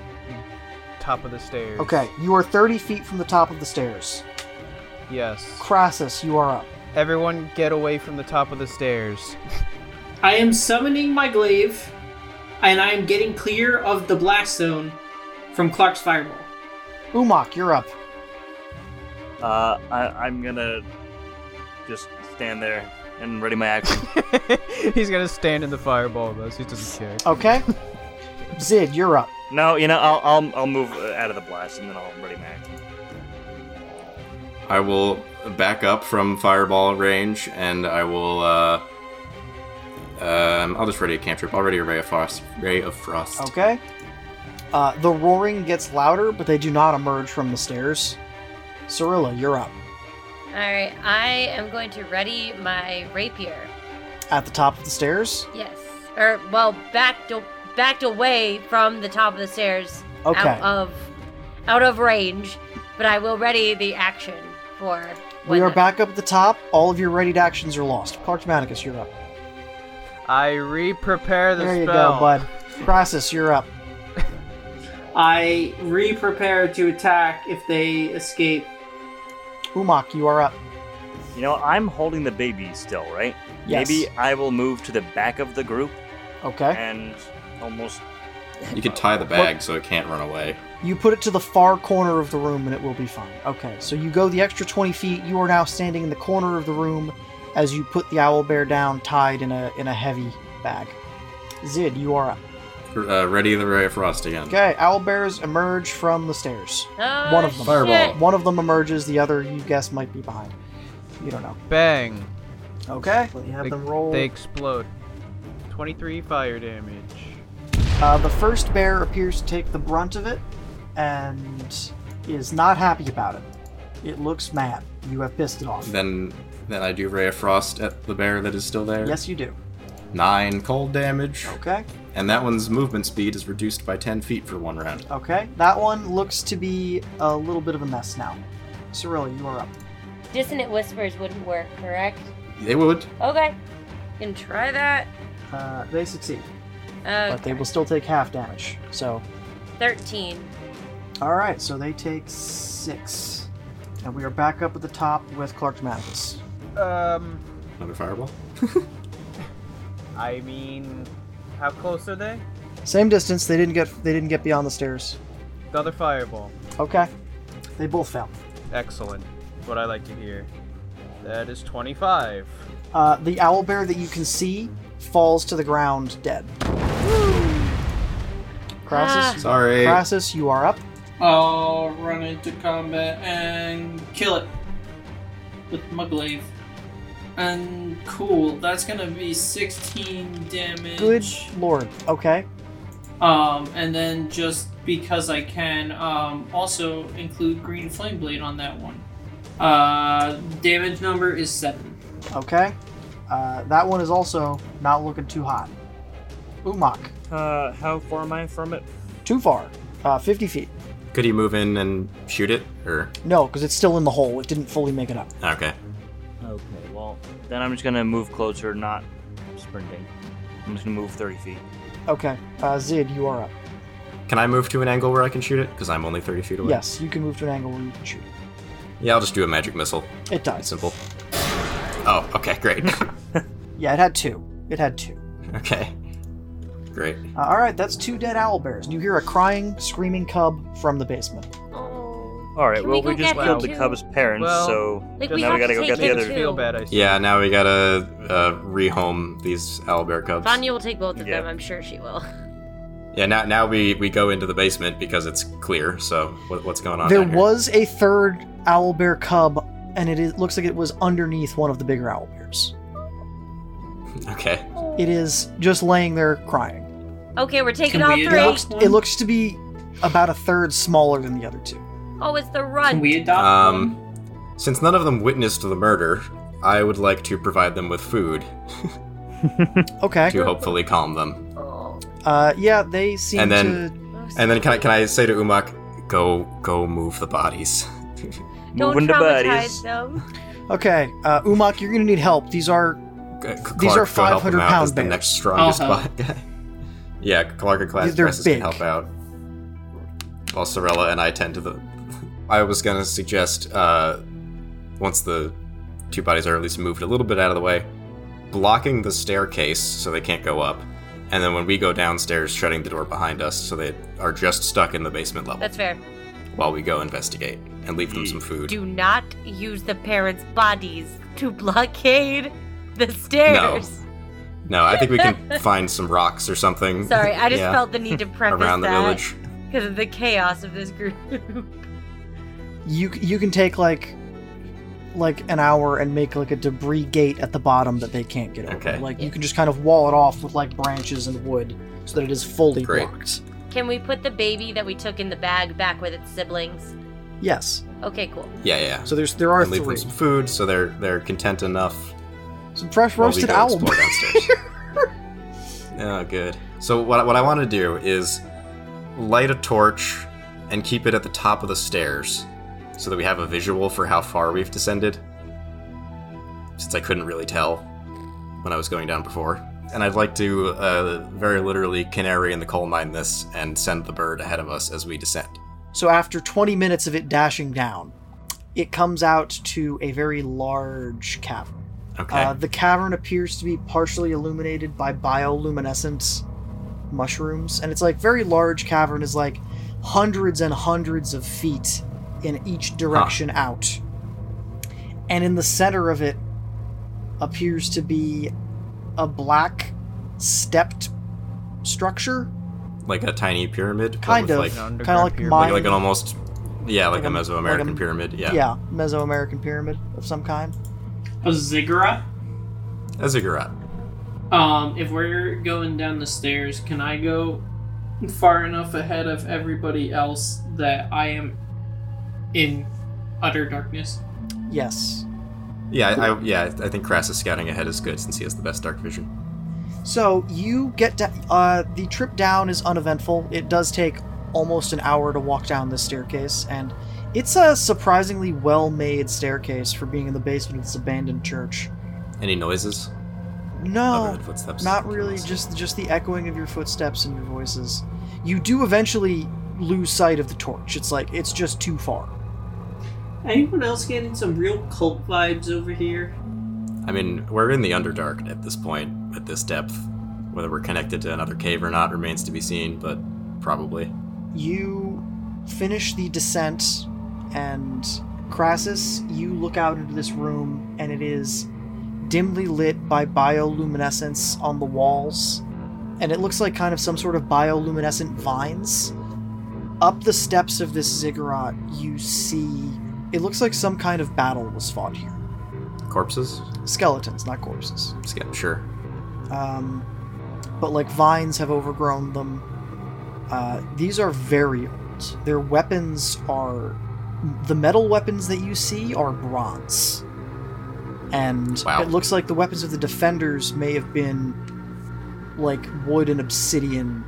[SPEAKER 6] top of the stairs.
[SPEAKER 3] Okay, you are 30 feet from the top of the stairs.
[SPEAKER 6] Yes.
[SPEAKER 3] Crassus, you are up.
[SPEAKER 6] Everyone get away from the top of the stairs.
[SPEAKER 5] I am summoning my glaive, and I am getting clear of the blast zone from Clark's fireball.
[SPEAKER 3] Umok, you're up.
[SPEAKER 7] Uh, I, I'm gonna just stand there and ready my action.
[SPEAKER 6] He's gonna stand in the fireball with us. He doesn't care.
[SPEAKER 3] Okay. Zid, you're up.
[SPEAKER 7] no, you know, I'll, I'll, I'll move uh, out of the blast and then I'll ready my action.
[SPEAKER 1] I will back up from fireball range, and I will. Uh, um, I'll just ready a cantrip. I'll ready a ray of frost. Ray of frost.
[SPEAKER 3] Okay. Uh, the roaring gets louder, but they do not emerge from the stairs. Cirilla, you're up.
[SPEAKER 4] All right, I am going to ready my rapier.
[SPEAKER 3] At the top of the stairs.
[SPEAKER 4] Yes, or well, backed a- backed away from the top of the stairs,
[SPEAKER 3] Okay.
[SPEAKER 4] out of out of range. But I will ready the action for.
[SPEAKER 3] we
[SPEAKER 4] when
[SPEAKER 3] are
[SPEAKER 4] the-
[SPEAKER 3] back up at the top. All of your readied actions are lost. Clark Maticus, you're up.
[SPEAKER 6] I re-prepare the
[SPEAKER 3] there
[SPEAKER 6] spell.
[SPEAKER 3] you go, bud. Crassus, you're up.
[SPEAKER 5] I re-prepare to attack if they escape.
[SPEAKER 3] Umok, you are up.
[SPEAKER 7] You know, I'm holding the baby still, right?
[SPEAKER 3] Yes.
[SPEAKER 7] Maybe I will move to the back of the group
[SPEAKER 3] Okay.
[SPEAKER 7] and almost.
[SPEAKER 1] You could tie the bag so it can't run away.
[SPEAKER 3] You put it to the far corner of the room and it will be fine. Okay, so you go the extra 20 feet. You are now standing in the corner of the room as you put the owl bear down, tied in a in a heavy bag. Zid, you are up.
[SPEAKER 1] R- Uh, ready the ray of frost again.
[SPEAKER 3] Okay, owl bears emerge from the stairs.
[SPEAKER 4] Oh,
[SPEAKER 3] One of them.
[SPEAKER 1] Fireball.
[SPEAKER 4] shit.
[SPEAKER 3] One of them emerges, the other you guess might be behind. You don't know.
[SPEAKER 6] Bang.
[SPEAKER 3] Okay. Let you have
[SPEAKER 6] They,
[SPEAKER 3] them roll.
[SPEAKER 6] they explode. 23 fire damage.
[SPEAKER 3] Uh, the first bear appears to take the brunt of it and is not happy about it. It looks mad. You have pissed it off.
[SPEAKER 1] Then, then I do ray of frost at the bear that is still there.
[SPEAKER 3] Yes, Oh. you do.
[SPEAKER 1] Nine cold damage,
[SPEAKER 3] Okay.
[SPEAKER 1] and that one's movement speed is reduced by ten feet for one round.
[SPEAKER 3] Okay, that one looks to be a little bit of a mess now. Cirilla, you are up.
[SPEAKER 4] Dissonant whispers wouldn't work, correct?
[SPEAKER 1] They would.
[SPEAKER 4] Okay, can try that.
[SPEAKER 3] Uh, they succeed,
[SPEAKER 4] Uh,
[SPEAKER 3] but they will still take half damage. So,
[SPEAKER 4] thirteen.
[SPEAKER 3] all right, so they take six, and we are back up at the top with Clark Mathis.
[SPEAKER 6] Um,
[SPEAKER 1] Another fireball.
[SPEAKER 6] I mean, how close are they?
[SPEAKER 3] Same distance. They didn't get. They didn't get beyond the stairs.
[SPEAKER 6] Another fireball.
[SPEAKER 3] Okay, they both fell.
[SPEAKER 6] Excellent. What I like to hear. That is 25.
[SPEAKER 3] Uh, the owl bear that you can see falls to the ground dead. Crassus,
[SPEAKER 1] Sorry.
[SPEAKER 3] Crassus, you are up.
[SPEAKER 5] I'll run into combat and kill it with my glaive. And cool, that's gonna be 16 damage.
[SPEAKER 3] Good lord. Okay.
[SPEAKER 5] Um, and then just because I can, um, also include green flame blade on that one. Uh, damage number is seven.
[SPEAKER 3] Okay. Uh, that one is also not looking too hot. Umok,
[SPEAKER 7] Uh, how far am I from it?
[SPEAKER 3] too far. Uh, 50 feet.
[SPEAKER 1] Could he move in and shoot it? Or
[SPEAKER 3] No, because it's still in the hole. It didn't fully make it up.
[SPEAKER 1] okay.
[SPEAKER 7] Okay, well, then I'm just gonna move closer, not sprinting. I'm just gonna move 30 feet.
[SPEAKER 3] Okay. Uh, Zid, you are up.
[SPEAKER 1] Can I move to an angle where I can shoot it? Because I'm only 30 feet away.
[SPEAKER 3] Yes, you can move to an angle where you can shoot.
[SPEAKER 1] Yeah, I'll just do a magic missile.
[SPEAKER 3] It dies.
[SPEAKER 1] Simple. Oh, okay, great.
[SPEAKER 3] Yeah, it had two. It had two.
[SPEAKER 1] okay. Great.
[SPEAKER 3] Uh, all right, that's two dead owl bears. You hear a crying, screaming cub from the basement.
[SPEAKER 4] Oh.
[SPEAKER 7] All right,
[SPEAKER 4] Can
[SPEAKER 7] well,
[SPEAKER 4] we
[SPEAKER 7] we,
[SPEAKER 4] go
[SPEAKER 7] just
[SPEAKER 4] get
[SPEAKER 7] killed
[SPEAKER 4] them
[SPEAKER 7] the
[SPEAKER 4] too?
[SPEAKER 7] cub's parents,
[SPEAKER 6] Well,
[SPEAKER 7] so
[SPEAKER 4] Like
[SPEAKER 6] Doesn't
[SPEAKER 4] we
[SPEAKER 6] matter,
[SPEAKER 4] have
[SPEAKER 7] we
[SPEAKER 4] to
[SPEAKER 7] gotta go
[SPEAKER 4] take
[SPEAKER 7] get the
[SPEAKER 4] them
[SPEAKER 6] Makes
[SPEAKER 7] other-
[SPEAKER 6] me
[SPEAKER 4] too.
[SPEAKER 6] feel bad. I see.
[SPEAKER 1] Yeah, now we gotta uh, rehome these owlbear cubs.
[SPEAKER 4] Vanya will take both of
[SPEAKER 7] Yeah.
[SPEAKER 4] them. I'm sure she will.
[SPEAKER 1] Yeah, now now we, we go into the basement because it's clear. So what, what's going on?
[SPEAKER 3] there
[SPEAKER 1] down here?
[SPEAKER 3] was a third owl bear cub, and it is, looks like it was underneath one of the bigger owl bears.
[SPEAKER 1] Okay.
[SPEAKER 3] It is just laying there crying.
[SPEAKER 4] Okay, we're taking
[SPEAKER 5] Can
[SPEAKER 4] all
[SPEAKER 5] we
[SPEAKER 4] three.
[SPEAKER 5] adopt one?
[SPEAKER 3] It looks to be about a third smaller than the other two.
[SPEAKER 4] Oh, it's the
[SPEAKER 5] Can
[SPEAKER 4] run.
[SPEAKER 5] we adopt
[SPEAKER 1] Um,
[SPEAKER 5] one?
[SPEAKER 1] Since none of them witnessed the murder, I would like to provide them with food
[SPEAKER 3] Okay.
[SPEAKER 1] to hopefully calm them.
[SPEAKER 4] Oh.
[SPEAKER 3] Uh, yeah, they seem
[SPEAKER 1] And then-
[SPEAKER 3] to.
[SPEAKER 1] And then can I can I say to Umak, go go move the bodies.
[SPEAKER 4] Don't
[SPEAKER 7] moving the
[SPEAKER 4] traumatize
[SPEAKER 7] buddies.
[SPEAKER 4] them.
[SPEAKER 3] Okay, uh, Umok, you're gonna need help. These are
[SPEAKER 1] C- C-
[SPEAKER 3] These
[SPEAKER 1] Uh, Clark,
[SPEAKER 3] are
[SPEAKER 1] go help
[SPEAKER 3] 500
[SPEAKER 1] him out
[SPEAKER 3] pound
[SPEAKER 1] as the
[SPEAKER 3] bears.
[SPEAKER 1] next strongest
[SPEAKER 5] Uh-huh.
[SPEAKER 1] bot guy. yeah, Clark and Class
[SPEAKER 3] They're
[SPEAKER 1] Presses
[SPEAKER 3] big.
[SPEAKER 1] can help out. While Sorella and I tend to the. I was gonna suggest uh, once the two bodies are at least moved a little bit out of the way, blocking the staircase so they can't go up, and then when we go downstairs, shutting the door behind us so they are just stuck in the basement level
[SPEAKER 4] That's fair.
[SPEAKER 1] while we go investigate and leave them some food.
[SPEAKER 4] Do not use the parents' bodies to blockade the stairs.
[SPEAKER 1] No, I think we can find some rocks or something.
[SPEAKER 4] Sorry, I just
[SPEAKER 1] Yeah,
[SPEAKER 4] felt the need to preface
[SPEAKER 1] around the
[SPEAKER 4] that
[SPEAKER 1] village.
[SPEAKER 4] because of the chaos of this group.
[SPEAKER 3] You c- you can take like like an hour and make like a debris gate at the bottom that they can't get over.
[SPEAKER 1] Okay.
[SPEAKER 3] Like you can just kind of wall it off with like branches and wood so that it is fully
[SPEAKER 1] Great.
[SPEAKER 3] blocked.
[SPEAKER 4] Can we put the baby that we took in the bag back with its siblings?
[SPEAKER 3] Yes.
[SPEAKER 4] Okay, cool.
[SPEAKER 1] Yeah, yeah.
[SPEAKER 3] So there's there are
[SPEAKER 1] and leave
[SPEAKER 3] three.
[SPEAKER 1] them some food so they're they're content enough.
[SPEAKER 3] Some fresh
[SPEAKER 1] while we
[SPEAKER 3] roasted
[SPEAKER 1] go
[SPEAKER 3] owl.
[SPEAKER 1] explore downstairs. oh, good. So what what I want to do is light a torch and keep it at the top of the stairs so that we have a visual for how far we've descended. Since I couldn't really tell when I was going down before. And I'd like to uh, very literally canary in the coal mine this and send the bird ahead of us as we descend.
[SPEAKER 3] So after 20 minutes of it dashing down, it comes out to a very large cavern.
[SPEAKER 1] Okay.
[SPEAKER 3] Uh, the cavern appears to be partially illuminated by bioluminescent mushrooms, and it's like very large cavern is like hundreds and hundreds of feet in each direction out. And in the center of it appears to be a black stepped structure,
[SPEAKER 1] like a tiny pyramid. but
[SPEAKER 3] kind
[SPEAKER 1] with,
[SPEAKER 3] of,
[SPEAKER 1] Like,
[SPEAKER 6] An
[SPEAKER 3] kind of like
[SPEAKER 1] like,
[SPEAKER 6] underground
[SPEAKER 3] mine,
[SPEAKER 1] like an almost. Yeah, like,
[SPEAKER 3] Like
[SPEAKER 1] a
[SPEAKER 3] a- like a-
[SPEAKER 1] Mesoamerican pyramid. Yeah.
[SPEAKER 3] yeah, Mesoamerican pyramid of some kind.
[SPEAKER 5] A ziggurat.
[SPEAKER 1] A ziggurat.
[SPEAKER 5] Um, if we're going down the stairs, can I go far enough ahead of everybody else that I am in utter darkness?
[SPEAKER 3] Yes.
[SPEAKER 1] Yeah, I, I, yeah, I think Crassus scouting ahead is good since he has the best dark vision.
[SPEAKER 3] So you get da- uh, the trip down is uneventful. It does take almost an hour to walk down this staircase, and it's a surprisingly well-made staircase for being in the basement of this abandoned church.
[SPEAKER 1] Any noises other
[SPEAKER 3] No,
[SPEAKER 1] than footsteps?
[SPEAKER 3] not really. Just just the echoing of your footsteps and your voices. You do eventually lose sight of the torch. It's like it's just too far.
[SPEAKER 5] Anyone else getting some real cult vibes over here?
[SPEAKER 1] I mean, we're in the Underdark at this point, at this depth. Whether we're connected to another cave or not remains to be seen, but probably.
[SPEAKER 3] You finish the descent, and Crassus, you look out into this room, and it is dimly lit by bioluminescence on the walls, and it looks like kind of some sort of bioluminescent vines. Up the steps of this ziggurat, you see it looks like some kind of battle was fought here.
[SPEAKER 1] Corpses?
[SPEAKER 3] Skeletons, not corpses.
[SPEAKER 1] Sca- Sure.
[SPEAKER 3] Um, but like vines have overgrown them. Uh, these are very old. Their weapons are the metal weapons that you see are bronze, and
[SPEAKER 1] Wow.
[SPEAKER 3] it looks like the weapons of the defenders may have been like wood and obsidian.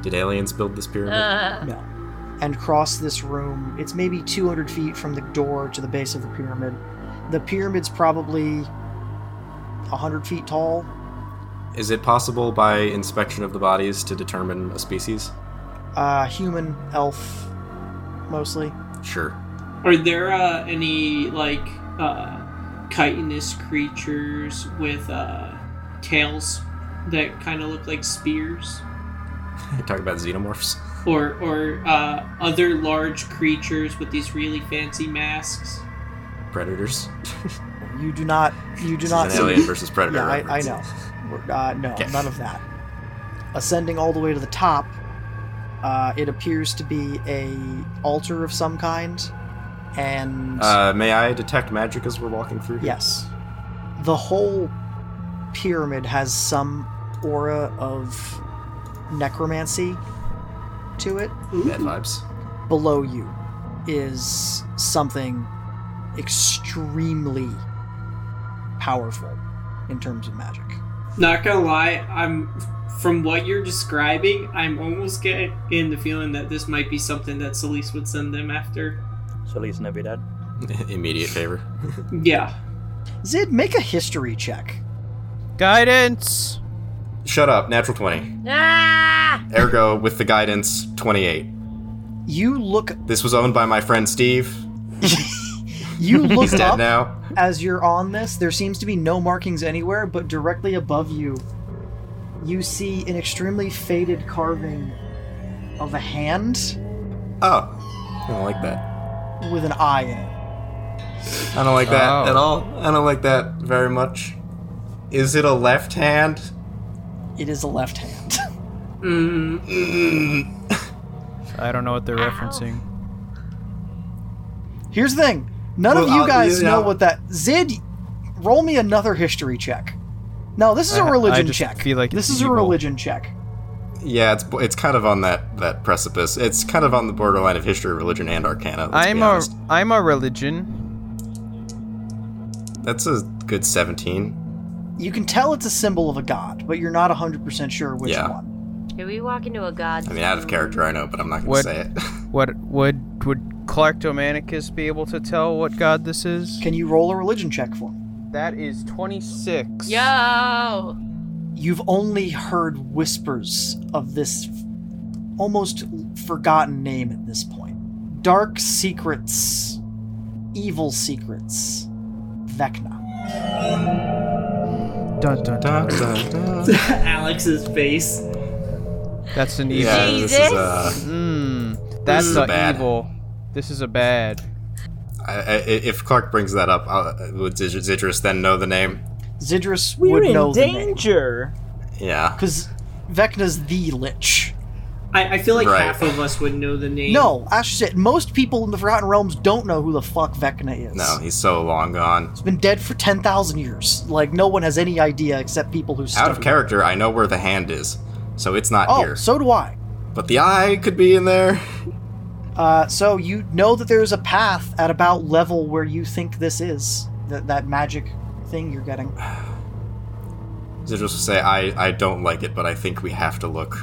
[SPEAKER 1] Did aliens build this pyramid?
[SPEAKER 4] Uh,
[SPEAKER 3] No. And cross this room. It's maybe 200 feet from the door to the base of the pyramid. The pyramid's probably 100 feet tall.
[SPEAKER 1] Is it possible by inspection of the bodies to determine a species?
[SPEAKER 3] uh, human, elf, mostly.
[SPEAKER 1] Sure.
[SPEAKER 5] Are there uh, any like uh, chitinous creatures with uh, tails that kind of look like spears,
[SPEAKER 1] Talk about xenomorphs.
[SPEAKER 5] or or uh, other large creatures with these really fancy masks?
[SPEAKER 1] Predators.
[SPEAKER 3] You do not, you do
[SPEAKER 1] This
[SPEAKER 3] not.
[SPEAKER 1] is an alien versus predator.
[SPEAKER 3] yeah, I, I
[SPEAKER 1] reference.
[SPEAKER 3] know. We're- Uh, no,
[SPEAKER 1] Okay.
[SPEAKER 3] none of that. Ascending all the way to the top, uh, it appears to be a altar of some kind, and
[SPEAKER 1] Uh, may I detect magic as we're walking through?
[SPEAKER 3] yes, the whole pyramid has some aura of necromancy to it.
[SPEAKER 1] Bad vibes.
[SPEAKER 3] below you is something extremely powerful in terms of magic.
[SPEAKER 5] Not gonna lie, I'm from what you're describing, I'm almost getting the feeling that this might be something that Solis would send them after.
[SPEAKER 7] So at least never dead.
[SPEAKER 1] Immediate favor.
[SPEAKER 5] Yeah.
[SPEAKER 3] Zid, make a history check.
[SPEAKER 6] Guidance.
[SPEAKER 1] Shut up. Natural 20.
[SPEAKER 4] ah!
[SPEAKER 1] Ergo, with the guidance, 28.
[SPEAKER 3] You look
[SPEAKER 1] This was owned by my friend Steve.
[SPEAKER 3] you
[SPEAKER 1] He's
[SPEAKER 3] look
[SPEAKER 1] dead
[SPEAKER 3] up
[SPEAKER 1] now.
[SPEAKER 3] as you're on this. There seems to be no markings anywhere, but directly above you you see an extremely faded carving of a hand
[SPEAKER 1] Oh, I don't like that.
[SPEAKER 3] with an eye in it.
[SPEAKER 1] I don't like that
[SPEAKER 6] Oh.
[SPEAKER 1] at all. I don't like that very much. Is it a left hand?
[SPEAKER 3] It is a left hand.
[SPEAKER 5] Mm,
[SPEAKER 6] I don't know what they're referencing.
[SPEAKER 3] Here's the thing none of
[SPEAKER 1] Well,
[SPEAKER 3] you
[SPEAKER 6] uh,
[SPEAKER 1] I'll-
[SPEAKER 3] guys
[SPEAKER 1] yeah.
[SPEAKER 3] know what that. Zid, roll me another history check. No, this is a
[SPEAKER 6] I- I
[SPEAKER 3] religion
[SPEAKER 6] just
[SPEAKER 3] check.
[SPEAKER 6] feel like
[SPEAKER 3] this
[SPEAKER 6] it's
[SPEAKER 3] is a
[SPEAKER 6] evil.
[SPEAKER 3] religion check.
[SPEAKER 1] Yeah, it's it's kind of on that that precipice. It's kind of on the borderline of history, religion, and arcana. Let's
[SPEAKER 6] I'm
[SPEAKER 1] be
[SPEAKER 6] a
[SPEAKER 1] honest.
[SPEAKER 6] I'm a religion.
[SPEAKER 1] That's a good seventeen.
[SPEAKER 3] You can tell it's a symbol of a god, but you're not 100% sure which
[SPEAKER 1] Yeah.
[SPEAKER 3] one.
[SPEAKER 4] Here we walk into a god.
[SPEAKER 1] I mean, out of character, I know, but I'm not gonna
[SPEAKER 6] What-
[SPEAKER 1] say it.
[SPEAKER 6] What would would Clark Domanicus be able to tell what god this is?
[SPEAKER 3] Can you roll a religion check for me?
[SPEAKER 6] That is 26.
[SPEAKER 4] Yo!
[SPEAKER 3] You've only heard whispers of this almost forgotten name at this point. Dark secrets, evil secrets, Vecna.
[SPEAKER 6] Dun, dun, dun.
[SPEAKER 5] Alex's face.
[SPEAKER 6] That's an evil.
[SPEAKER 1] yeah, this is uh,
[SPEAKER 6] Mm, that's
[SPEAKER 1] is a
[SPEAKER 6] a
[SPEAKER 1] bad.
[SPEAKER 6] evil. This is a bad.
[SPEAKER 1] I, I, if Clark brings that up, I'll, would Zid- Zidrus then know the name?
[SPEAKER 3] Zidrus would know the name.
[SPEAKER 1] Yeah.
[SPEAKER 3] Because Vecna's the Lich.
[SPEAKER 5] I, I feel like
[SPEAKER 1] Right.
[SPEAKER 5] half of us would know the name.
[SPEAKER 3] No, Ash said most people in the Forgotten Realms don't know who the fuck Vecna is.
[SPEAKER 1] No, he's so long gone.
[SPEAKER 3] It's been dead for 10,000 years. Like, no one has any idea except people who
[SPEAKER 1] Out
[SPEAKER 3] study.
[SPEAKER 1] of character, I know where the hand is, so it's not
[SPEAKER 3] Oh,
[SPEAKER 1] here.
[SPEAKER 3] so do I.
[SPEAKER 1] But the eye could be in there.
[SPEAKER 3] Uh, so you know that there's a path at about level where you think this is. That, that magic thing you're getting.
[SPEAKER 1] Zidrus will say, I, I don't like it, but I think we have to look.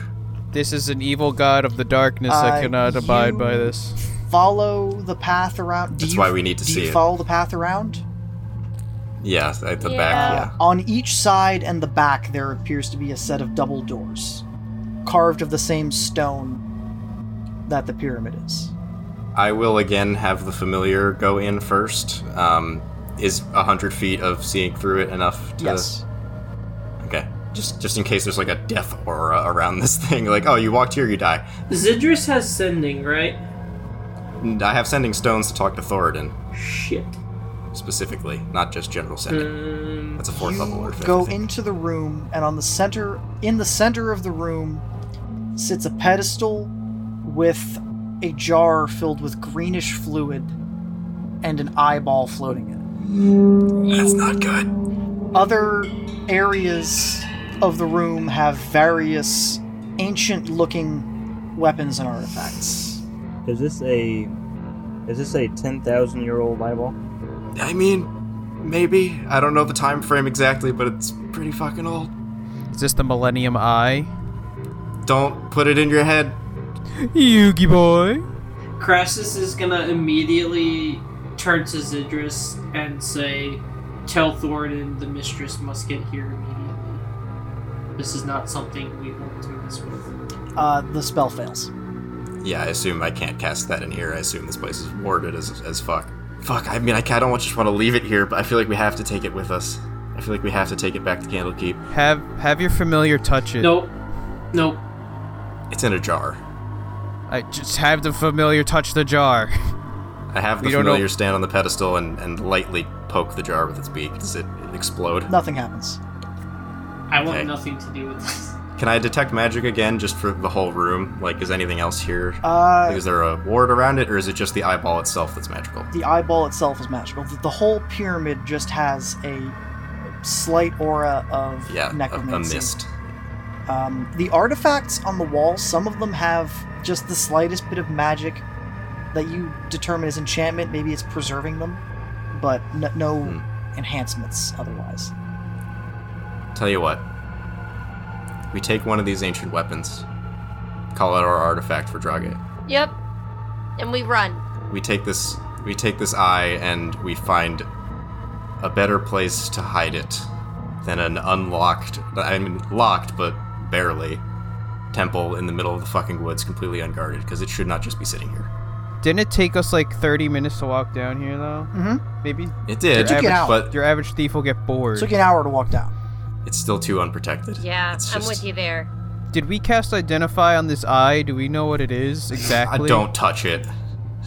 [SPEAKER 6] This is an evil god of the darkness. I
[SPEAKER 3] Uh,
[SPEAKER 6] cannot abide
[SPEAKER 3] you-
[SPEAKER 6] by this.
[SPEAKER 3] Follow the path around. Do
[SPEAKER 1] That's
[SPEAKER 3] you-
[SPEAKER 1] why we need to
[SPEAKER 3] do
[SPEAKER 1] see
[SPEAKER 3] you
[SPEAKER 1] it.
[SPEAKER 3] follow the path around? Uh,
[SPEAKER 1] Yeah, at the
[SPEAKER 4] Yeah.
[SPEAKER 1] back,
[SPEAKER 3] On each side and the back, there appears to be a set of double doors, carved of the same stone that the pyramid is.
[SPEAKER 1] yeah. I will again have the familiar go in first. Um, is 100 feet of seeing through it enough to.
[SPEAKER 3] Yes.
[SPEAKER 1] Okay. Just, just in case there's like a death aura around this thing. Like, oh, you walked here, you die.
[SPEAKER 5] Zidrus has sending, right?
[SPEAKER 1] And I have sending stones to talk to Thoradin.
[SPEAKER 5] Shit.
[SPEAKER 1] specifically, not just general sending.
[SPEAKER 5] Um,
[SPEAKER 1] That's a fourth
[SPEAKER 3] you
[SPEAKER 1] level word.
[SPEAKER 3] go into the room and on the center in the center of the room sits a pedestal with a jar filled with greenish fluid and an eyeball floating in it
[SPEAKER 1] That's not good.
[SPEAKER 3] other areas of the room have various ancient looking weapons and artifacts
[SPEAKER 7] Is this a is this a ten thousand year old eyeball?
[SPEAKER 1] I mean, maybe I don't know the time frame exactly, but it's pretty fucking old.
[SPEAKER 6] Is this the Millennium Eye?
[SPEAKER 1] Don't put it in your head.
[SPEAKER 6] Yugi boy.
[SPEAKER 5] Crassus is gonna immediately turn to Zidrus and say, "Tell Thoradin the mistress must get here immediately. This is not something we want to mess with."
[SPEAKER 3] uh, the spell fails
[SPEAKER 1] Yeah, I assume I can't cast that in here. I assume this place is warded as as fuck. Fuck. I mean, I, ca- I don't just want to leave it here, but I feel like we have to take it with us. I feel like we have to take it back to Candlekeep.
[SPEAKER 6] Have have your familiar touch it.
[SPEAKER 5] Nope. Nope.
[SPEAKER 1] It's in a jar.
[SPEAKER 6] I just have the familiar touch the jar.
[SPEAKER 1] I have the
[SPEAKER 6] We don't know-
[SPEAKER 1] familiar stand on the pedestal and, and lightly poke the jar with its beak. Does it explode?
[SPEAKER 3] nothing happens
[SPEAKER 5] I want
[SPEAKER 1] Okay.
[SPEAKER 5] nothing to do with this.
[SPEAKER 1] Can I detect magic again just for the whole room? Like, is anything else here?
[SPEAKER 3] uh,
[SPEAKER 1] Like, is there a ward around it, or is it just the eyeball itself that's magical?
[SPEAKER 3] the eyeball itself is magical. The, the whole pyramid just has a slight aura of
[SPEAKER 1] Yeah, a, a
[SPEAKER 3] necromancy.
[SPEAKER 1] mist.
[SPEAKER 3] Um, the artifacts on the wall, some of them have just the slightest bit of magic that you determine is enchantment. Maybe it's preserving them, but no, no
[SPEAKER 1] Hmm.
[SPEAKER 3] enhancements otherwise.
[SPEAKER 1] Tell you what, we take one of these ancient weapons, call it our artifact for Dragate.
[SPEAKER 4] Yep. And we run.
[SPEAKER 1] We take this, we take this eye, and we find a better place to hide it than an unlocked, I mean, locked but barely temple in the middle of the fucking woods, completely unguarded, because it should not just be sitting here.
[SPEAKER 6] Didn't it take us like 30 minutes to walk down here though?
[SPEAKER 3] Mhm.
[SPEAKER 6] Maybe
[SPEAKER 1] It did,
[SPEAKER 3] took it out.
[SPEAKER 1] but
[SPEAKER 6] your average thief will get bored.
[SPEAKER 3] It took you an hour to walk down.
[SPEAKER 1] It's still too unprotected.
[SPEAKER 4] Yeah,
[SPEAKER 1] It's
[SPEAKER 4] I'm
[SPEAKER 1] just-
[SPEAKER 4] with you there.
[SPEAKER 6] Did we cast identify on this eye? Do we know what it is
[SPEAKER 1] I
[SPEAKER 6] exactly?
[SPEAKER 1] don't touch it.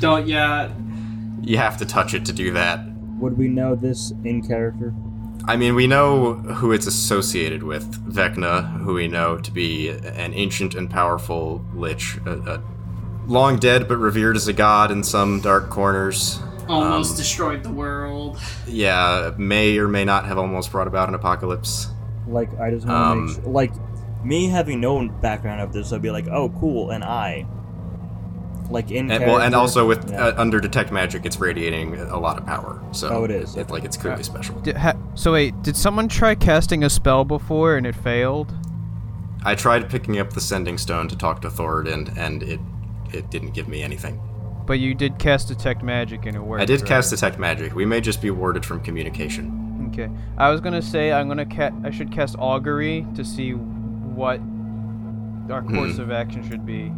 [SPEAKER 5] Don't yeah.
[SPEAKER 1] You have to touch it to do that.
[SPEAKER 7] Would we know this in character?
[SPEAKER 1] I mean, we know who it's associated with Vecna, who we know to be an ancient and powerful lich, a, a long dead but revered as a god in some dark corners.
[SPEAKER 5] Almost
[SPEAKER 1] Um,
[SPEAKER 5] destroyed the world.
[SPEAKER 1] Yeah, may or may not have almost brought about an apocalypse.
[SPEAKER 7] Like, I just want to
[SPEAKER 1] Um,
[SPEAKER 7] make sure. Like, me having no background of this, I'd be like, oh, cool, an eye. Like, in
[SPEAKER 1] And,
[SPEAKER 7] character.
[SPEAKER 1] well, and also with
[SPEAKER 7] Yeah.
[SPEAKER 1] uh, under detect magic, it's radiating a lot of power. So
[SPEAKER 7] Oh, it is,
[SPEAKER 1] It, like it's clearly special.
[SPEAKER 6] Did, ha- so wait, did someone try casting a spell before and it failed?
[SPEAKER 1] I tried picking up the sending stone to talk to Thoradin, and it it didn't give me anything.
[SPEAKER 6] But you did cast detect magic and it worked.
[SPEAKER 1] I did
[SPEAKER 6] right?
[SPEAKER 1] cast detect magic. We may just be warded from communication.
[SPEAKER 6] Okay. I was gonna say I'm gonna ca- I should cast augury to see what our course of action should be.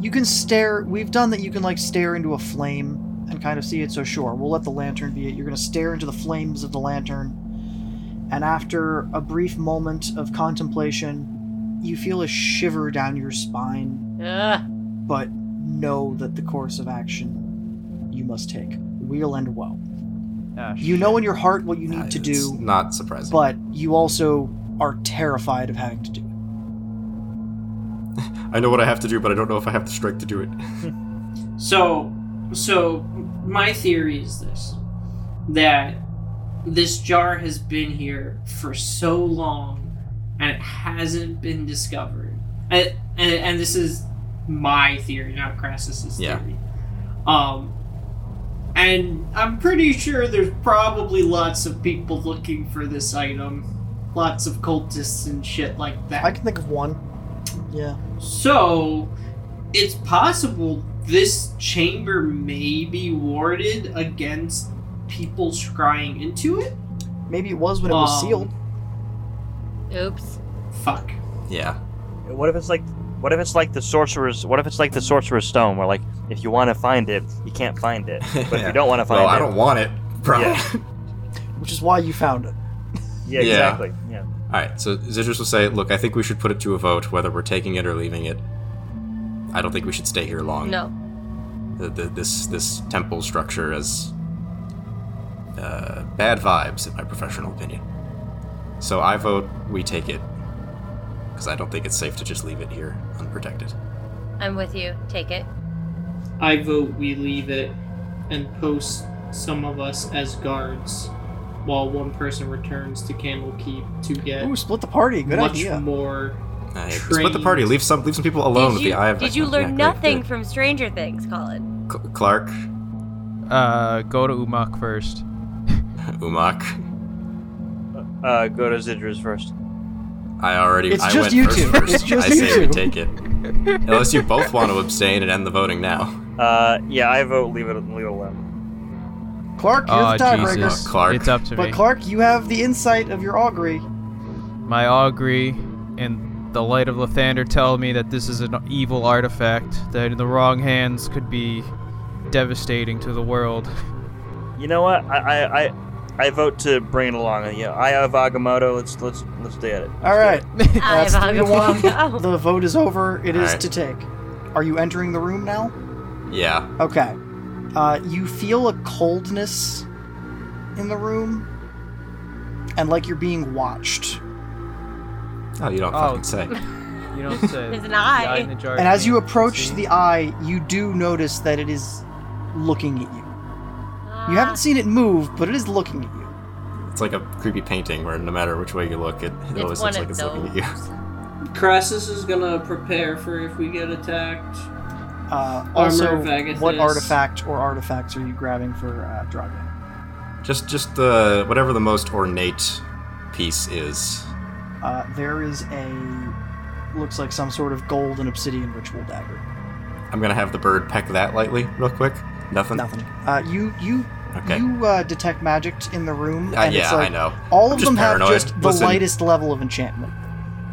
[SPEAKER 3] You can stare. We've done that. You can like stare into a flame and kind of see it. So sure, we'll let the lantern be it. You're gonna stare into the flames of the lantern, and after a brief moment of contemplation, you feel a shiver down your spine,
[SPEAKER 4] Ugh.
[SPEAKER 3] but know that the course of action you must take will and woe.
[SPEAKER 6] Ah,
[SPEAKER 3] You know in your heart what you
[SPEAKER 1] Uh,
[SPEAKER 3] need to
[SPEAKER 1] it's
[SPEAKER 3] do,
[SPEAKER 1] Not surprising.
[SPEAKER 3] but you also are terrified of having to do it.
[SPEAKER 1] I know what I have to do, but I don't know if I have the strength to do it.
[SPEAKER 5] So, so my theory is this: that this jar has been here for so long, and it hasn't been discovered. And and, and this is my theory, not Crassus's
[SPEAKER 1] Yeah.
[SPEAKER 5] theory. Um, and I'm pretty sure there's probably lots of people looking for this item. Lots of cultists and shit like that.
[SPEAKER 3] I can think of one. Yeah.
[SPEAKER 5] So, it's possible this chamber may be warded against people scrying into it?
[SPEAKER 3] Maybe it was when it was
[SPEAKER 5] Um,
[SPEAKER 3] sealed.
[SPEAKER 4] Oops.
[SPEAKER 5] Fuck.
[SPEAKER 1] Yeah.
[SPEAKER 7] What if it's like. What if it's like the sorcerer's? What if it's like the sorcerer's stone, where like if you want to find it, you can't find it, but if you don't want to find
[SPEAKER 1] Well,
[SPEAKER 7] it,
[SPEAKER 1] I don't want it. Bro.
[SPEAKER 7] Yeah.
[SPEAKER 3] which is why you found it.
[SPEAKER 1] Yeah.
[SPEAKER 7] yeah, exactly, yeah.
[SPEAKER 1] All right. So Zitrus will say, "Look, I think we should put it to a vote whether we're taking it or leaving it. I don't think we should stay here long.
[SPEAKER 4] No.
[SPEAKER 1] the, the, this this temple structure as uh, bad vibes, in my professional opinion. So I vote we take it because I don't think it's safe to just leave it here unprotected.
[SPEAKER 4] I'm with you. Take it.
[SPEAKER 5] I vote we leave it and post some of us as guards while one person returns to Candlekeep to get
[SPEAKER 3] Ooh, split the party. Good
[SPEAKER 5] much
[SPEAKER 3] idea.
[SPEAKER 5] more.
[SPEAKER 1] I split the party.
[SPEAKER 5] Trained.
[SPEAKER 1] Leave some leave some people alone
[SPEAKER 4] did
[SPEAKER 1] with
[SPEAKER 4] you,
[SPEAKER 1] the eye of
[SPEAKER 4] did
[SPEAKER 1] Vecna.
[SPEAKER 4] you learn
[SPEAKER 1] Yeah, great,
[SPEAKER 4] nothing
[SPEAKER 1] good.
[SPEAKER 4] from Stranger Things, Colin?
[SPEAKER 1] Cl- Clark,
[SPEAKER 6] Uh, go to Umak first.
[SPEAKER 1] Umak.
[SPEAKER 7] Uh, go to Zidra's first.
[SPEAKER 1] I already.
[SPEAKER 3] It's
[SPEAKER 1] I
[SPEAKER 3] just
[SPEAKER 1] went
[SPEAKER 3] you
[SPEAKER 1] first
[SPEAKER 3] two.
[SPEAKER 1] First.
[SPEAKER 3] It's just
[SPEAKER 1] I say
[SPEAKER 3] you
[SPEAKER 1] we
[SPEAKER 3] two.
[SPEAKER 1] take it, unless you both want to abstain and end the voting now.
[SPEAKER 7] Uh, yeah, I vote leave it leave it alone.
[SPEAKER 3] Clark, you're
[SPEAKER 6] Oh,
[SPEAKER 3] the
[SPEAKER 6] Jesus.
[SPEAKER 1] Oh,
[SPEAKER 3] tiebreaker.
[SPEAKER 1] Clark.
[SPEAKER 6] It's up to me.
[SPEAKER 3] But Clark, you have the insight of your augury.
[SPEAKER 6] My augury and the light of Lathander tell me that this is an evil artifact that, in the wrong hands, could be devastating to the world.
[SPEAKER 7] You know what? I I, I, I vote to bring it along. Yeah, I have Agamotto. Let's let's let's do it.
[SPEAKER 3] All right.
[SPEAKER 4] I
[SPEAKER 3] That's three to one.
[SPEAKER 4] Oh.
[SPEAKER 3] The vote is over. It is
[SPEAKER 1] All right.
[SPEAKER 3] to take. Are you entering the room now?
[SPEAKER 1] Yeah.
[SPEAKER 3] Okay. Uh, you feel a coldness in the room, and like you're being watched.
[SPEAKER 1] Oh, you don't
[SPEAKER 6] Oh.
[SPEAKER 1] fucking say.
[SPEAKER 6] You don't say.
[SPEAKER 4] There's an
[SPEAKER 6] The
[SPEAKER 4] eye.
[SPEAKER 6] in the jar
[SPEAKER 3] And as you
[SPEAKER 6] can't
[SPEAKER 3] approach
[SPEAKER 6] see.
[SPEAKER 3] the eye, you do notice that it is looking at you. You
[SPEAKER 4] Ah,
[SPEAKER 3] haven't seen it move, but it is looking at you.
[SPEAKER 1] It's like a creepy painting where no matter which way you look, it, it always
[SPEAKER 4] it's one
[SPEAKER 1] looks like
[SPEAKER 4] of
[SPEAKER 1] it's
[SPEAKER 4] those.
[SPEAKER 1] looking at you.
[SPEAKER 5] Crassus is gonna prepare for if we get attacked.
[SPEAKER 3] Uh, also,
[SPEAKER 5] of Agathis.
[SPEAKER 3] what artifact or artifacts are you grabbing for uh, Draga?
[SPEAKER 1] Just just the whatever the most ornate piece is.
[SPEAKER 3] Uh, there is a looks like some sort of gold and obsidian ritual dagger.
[SPEAKER 1] I'm gonna have the bird peck that lightly, real quick. Nothing.
[SPEAKER 3] Nothing. Uh, you you
[SPEAKER 1] Okay.
[SPEAKER 3] you uh, detect magic in the room,
[SPEAKER 1] Uh,
[SPEAKER 3] and it's
[SPEAKER 1] yeah,
[SPEAKER 3] like
[SPEAKER 1] I know.
[SPEAKER 3] all
[SPEAKER 1] I'm
[SPEAKER 3] of
[SPEAKER 1] just
[SPEAKER 3] them
[SPEAKER 1] paranoid.
[SPEAKER 3] have just the
[SPEAKER 1] Listen.
[SPEAKER 3] lightest level of enchantment.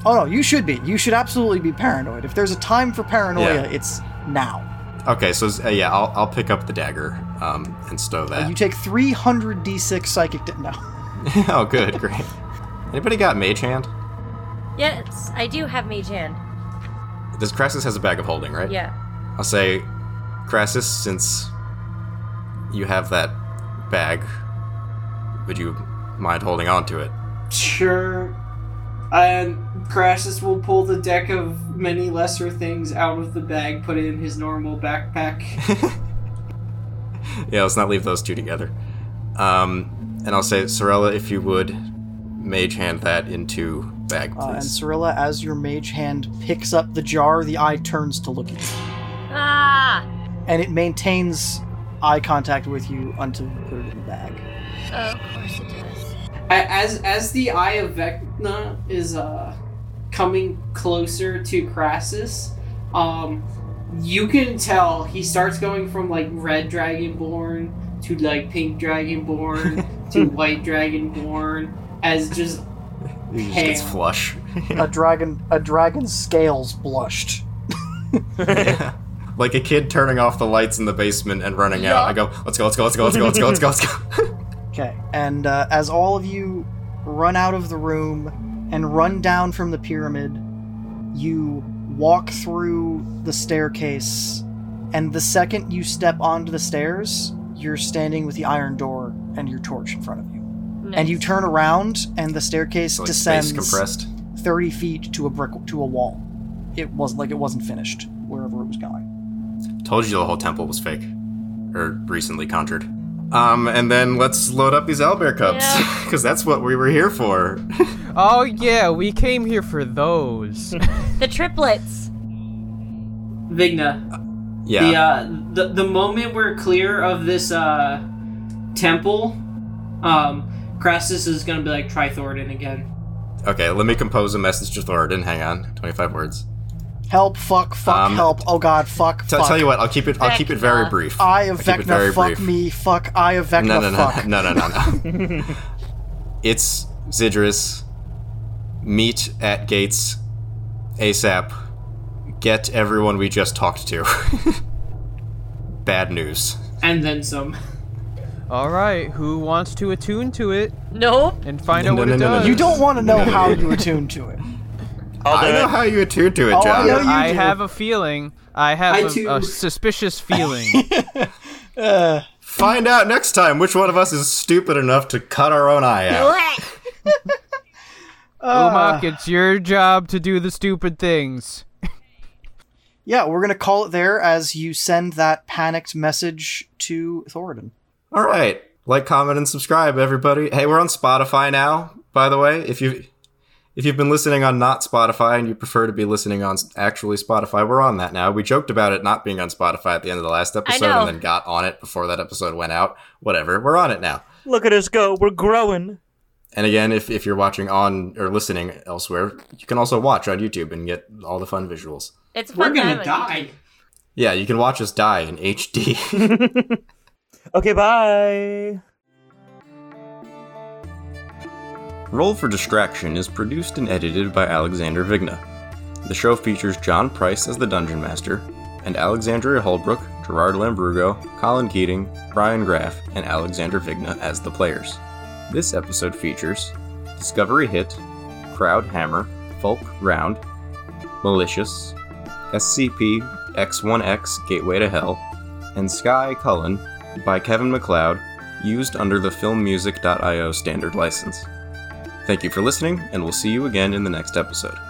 [SPEAKER 3] Oh no, you should be. You should absolutely be paranoid. If there's a time for paranoia,
[SPEAKER 1] Yeah.
[SPEAKER 3] it's now.
[SPEAKER 1] Okay, so uh, yeah, I'll, I'll pick up the dagger um, and stow
[SPEAKER 3] Uh,
[SPEAKER 1] that.
[SPEAKER 3] you take 300 d6 psychic. Da- no,
[SPEAKER 1] oh, good, great. Anybody got mage hand?
[SPEAKER 4] Yes, I do have Mage Hand.
[SPEAKER 1] This Crassus has a bag of holding, right?
[SPEAKER 4] Yeah.
[SPEAKER 1] I'll say, Crassus, since you have that bag, would you mind holding on to it?
[SPEAKER 5] Sure. And Crassus will pull the deck of many lesser things out of the bag, put it in his normal backpack.
[SPEAKER 1] Yeah, let's not leave those two together. Um, and I'll say, Sorella, if you would, mage hand that into bag,
[SPEAKER 3] Uh, and
[SPEAKER 1] please.
[SPEAKER 3] Cirilla, as your mage hand picks up the jar, the eye turns to look at you,
[SPEAKER 4] Ah!
[SPEAKER 3] and it maintains eye contact with you until you put it in the bag.
[SPEAKER 4] Of course it does.
[SPEAKER 5] A- As as the eye of Vecna is uh, coming closer to Crassus, um, you can tell he starts going from like red dragonborn to like pink dragonborn to white dragonborn as just
[SPEAKER 1] He just gets
[SPEAKER 5] hand.
[SPEAKER 1] flush.
[SPEAKER 3] a dragon, a dragon's scales blushed.
[SPEAKER 1] Like a kid turning off the lights in the basement and running out. I go, let's go, let's go, let's go, let's go, let's go, let's go, let's go.
[SPEAKER 3] Okay. And uh, as all of you run out of the room and run down from the pyramid, you walk through the staircase, and the second you step onto the stairs, you're standing with the iron door and your torch in front of you. And you
[SPEAKER 4] Nice.
[SPEAKER 3] turn around, and the staircase
[SPEAKER 1] So, like, space
[SPEAKER 3] descends
[SPEAKER 1] compressed.
[SPEAKER 3] thirty feet to a brick to a wall. It was like it wasn't finished wherever it was going.
[SPEAKER 1] Told you the whole temple was fake. Or recently conjured. Um, and then let's load up these owlbear cups.
[SPEAKER 4] Yeah.
[SPEAKER 1] Because that's what we were here for.
[SPEAKER 6] Oh yeah, we came here for those.
[SPEAKER 4] The triplets!
[SPEAKER 5] Vigna.
[SPEAKER 1] yeah.
[SPEAKER 5] The, uh, the the moment we're clear of this uh, temple, um, Crassus is gonna be like Trithordon again.
[SPEAKER 1] Okay, let me compose a message to Thoradin. Hang on. 25 words.
[SPEAKER 3] Help! Fuck! Fuck!
[SPEAKER 1] Um,
[SPEAKER 3] help! Oh God! Fuck!
[SPEAKER 1] T-
[SPEAKER 3] fuck!
[SPEAKER 1] tell you what, I'll keep it I'll keep it very
[SPEAKER 4] Vecna.
[SPEAKER 1] brief.
[SPEAKER 3] Eye
[SPEAKER 1] I'll
[SPEAKER 3] of
[SPEAKER 1] keep it
[SPEAKER 3] Vecna,
[SPEAKER 1] very
[SPEAKER 3] fuck
[SPEAKER 1] brief.
[SPEAKER 3] me, fuck Eye of Vecna,
[SPEAKER 1] no, no, no,
[SPEAKER 3] fuck.
[SPEAKER 1] no, no, no, no. it's Zidris. Meet at gates ASAP. Get everyone we just talked to. Bad news.
[SPEAKER 5] And then some.
[SPEAKER 6] All right, who wants to attune to it
[SPEAKER 4] Nope.
[SPEAKER 6] and find
[SPEAKER 1] No,
[SPEAKER 6] out what
[SPEAKER 1] no,
[SPEAKER 6] it
[SPEAKER 1] no, no, no.
[SPEAKER 6] does?
[SPEAKER 3] You don't want to know
[SPEAKER 1] No.
[SPEAKER 3] how you attune to it.
[SPEAKER 1] I
[SPEAKER 8] I'll do
[SPEAKER 1] know
[SPEAKER 8] it.
[SPEAKER 1] how you attune to it,
[SPEAKER 3] Oh, I
[SPEAKER 1] John.
[SPEAKER 3] know you-
[SPEAKER 6] I
[SPEAKER 3] do.
[SPEAKER 6] have a feeling. I
[SPEAKER 5] I
[SPEAKER 6] have a,
[SPEAKER 5] too.
[SPEAKER 6] a suspicious feeling.
[SPEAKER 1] Find out next time which one of us is stupid enough to cut our own eye out.
[SPEAKER 6] Umak, it's your job to do the stupid things.
[SPEAKER 3] Yeah, we're gonna call it there as you send that panicked message to Thoradin.
[SPEAKER 1] All right. Like, comment, and subscribe, everybody. Hey, we're on Spotify now, by the way. If you if you've been listening on not Spotify and you prefer to be listening on s- actually Spotify, we're on that now. We joked about it not being on Spotify at the end of the last episode
[SPEAKER 4] know.
[SPEAKER 1] and then got on it before that episode went out. Whatever. We're on it now.
[SPEAKER 8] Look at us go. We're growing.
[SPEAKER 1] And again, if, if you're watching on or listening elsewhere, you can also watch on YouTube and get all the fun visuals.
[SPEAKER 4] It's a
[SPEAKER 5] We're
[SPEAKER 4] fun
[SPEAKER 5] gonna
[SPEAKER 4] time.
[SPEAKER 5] die.
[SPEAKER 1] Yeah, you can watch us die in HD.
[SPEAKER 8] Okay, bye.
[SPEAKER 1] Roll for Distraction is produced and edited by Alexander Vigna. The show features John Price as the Dungeon Master, and Alexandria Holbrook, Gerard Lambrugo, Colin Keating, Brian Graff, and Alexander Vigna as the players. This episode features Discovery Hit, Crowd Hammer, Folk Round, Malicious, SCP X1X Gateway to Hell, and Sky Cullen by Kevin McLeod, used under the filmmusic.io standard license. Thank you for listening, and we'll see you again in the next episode.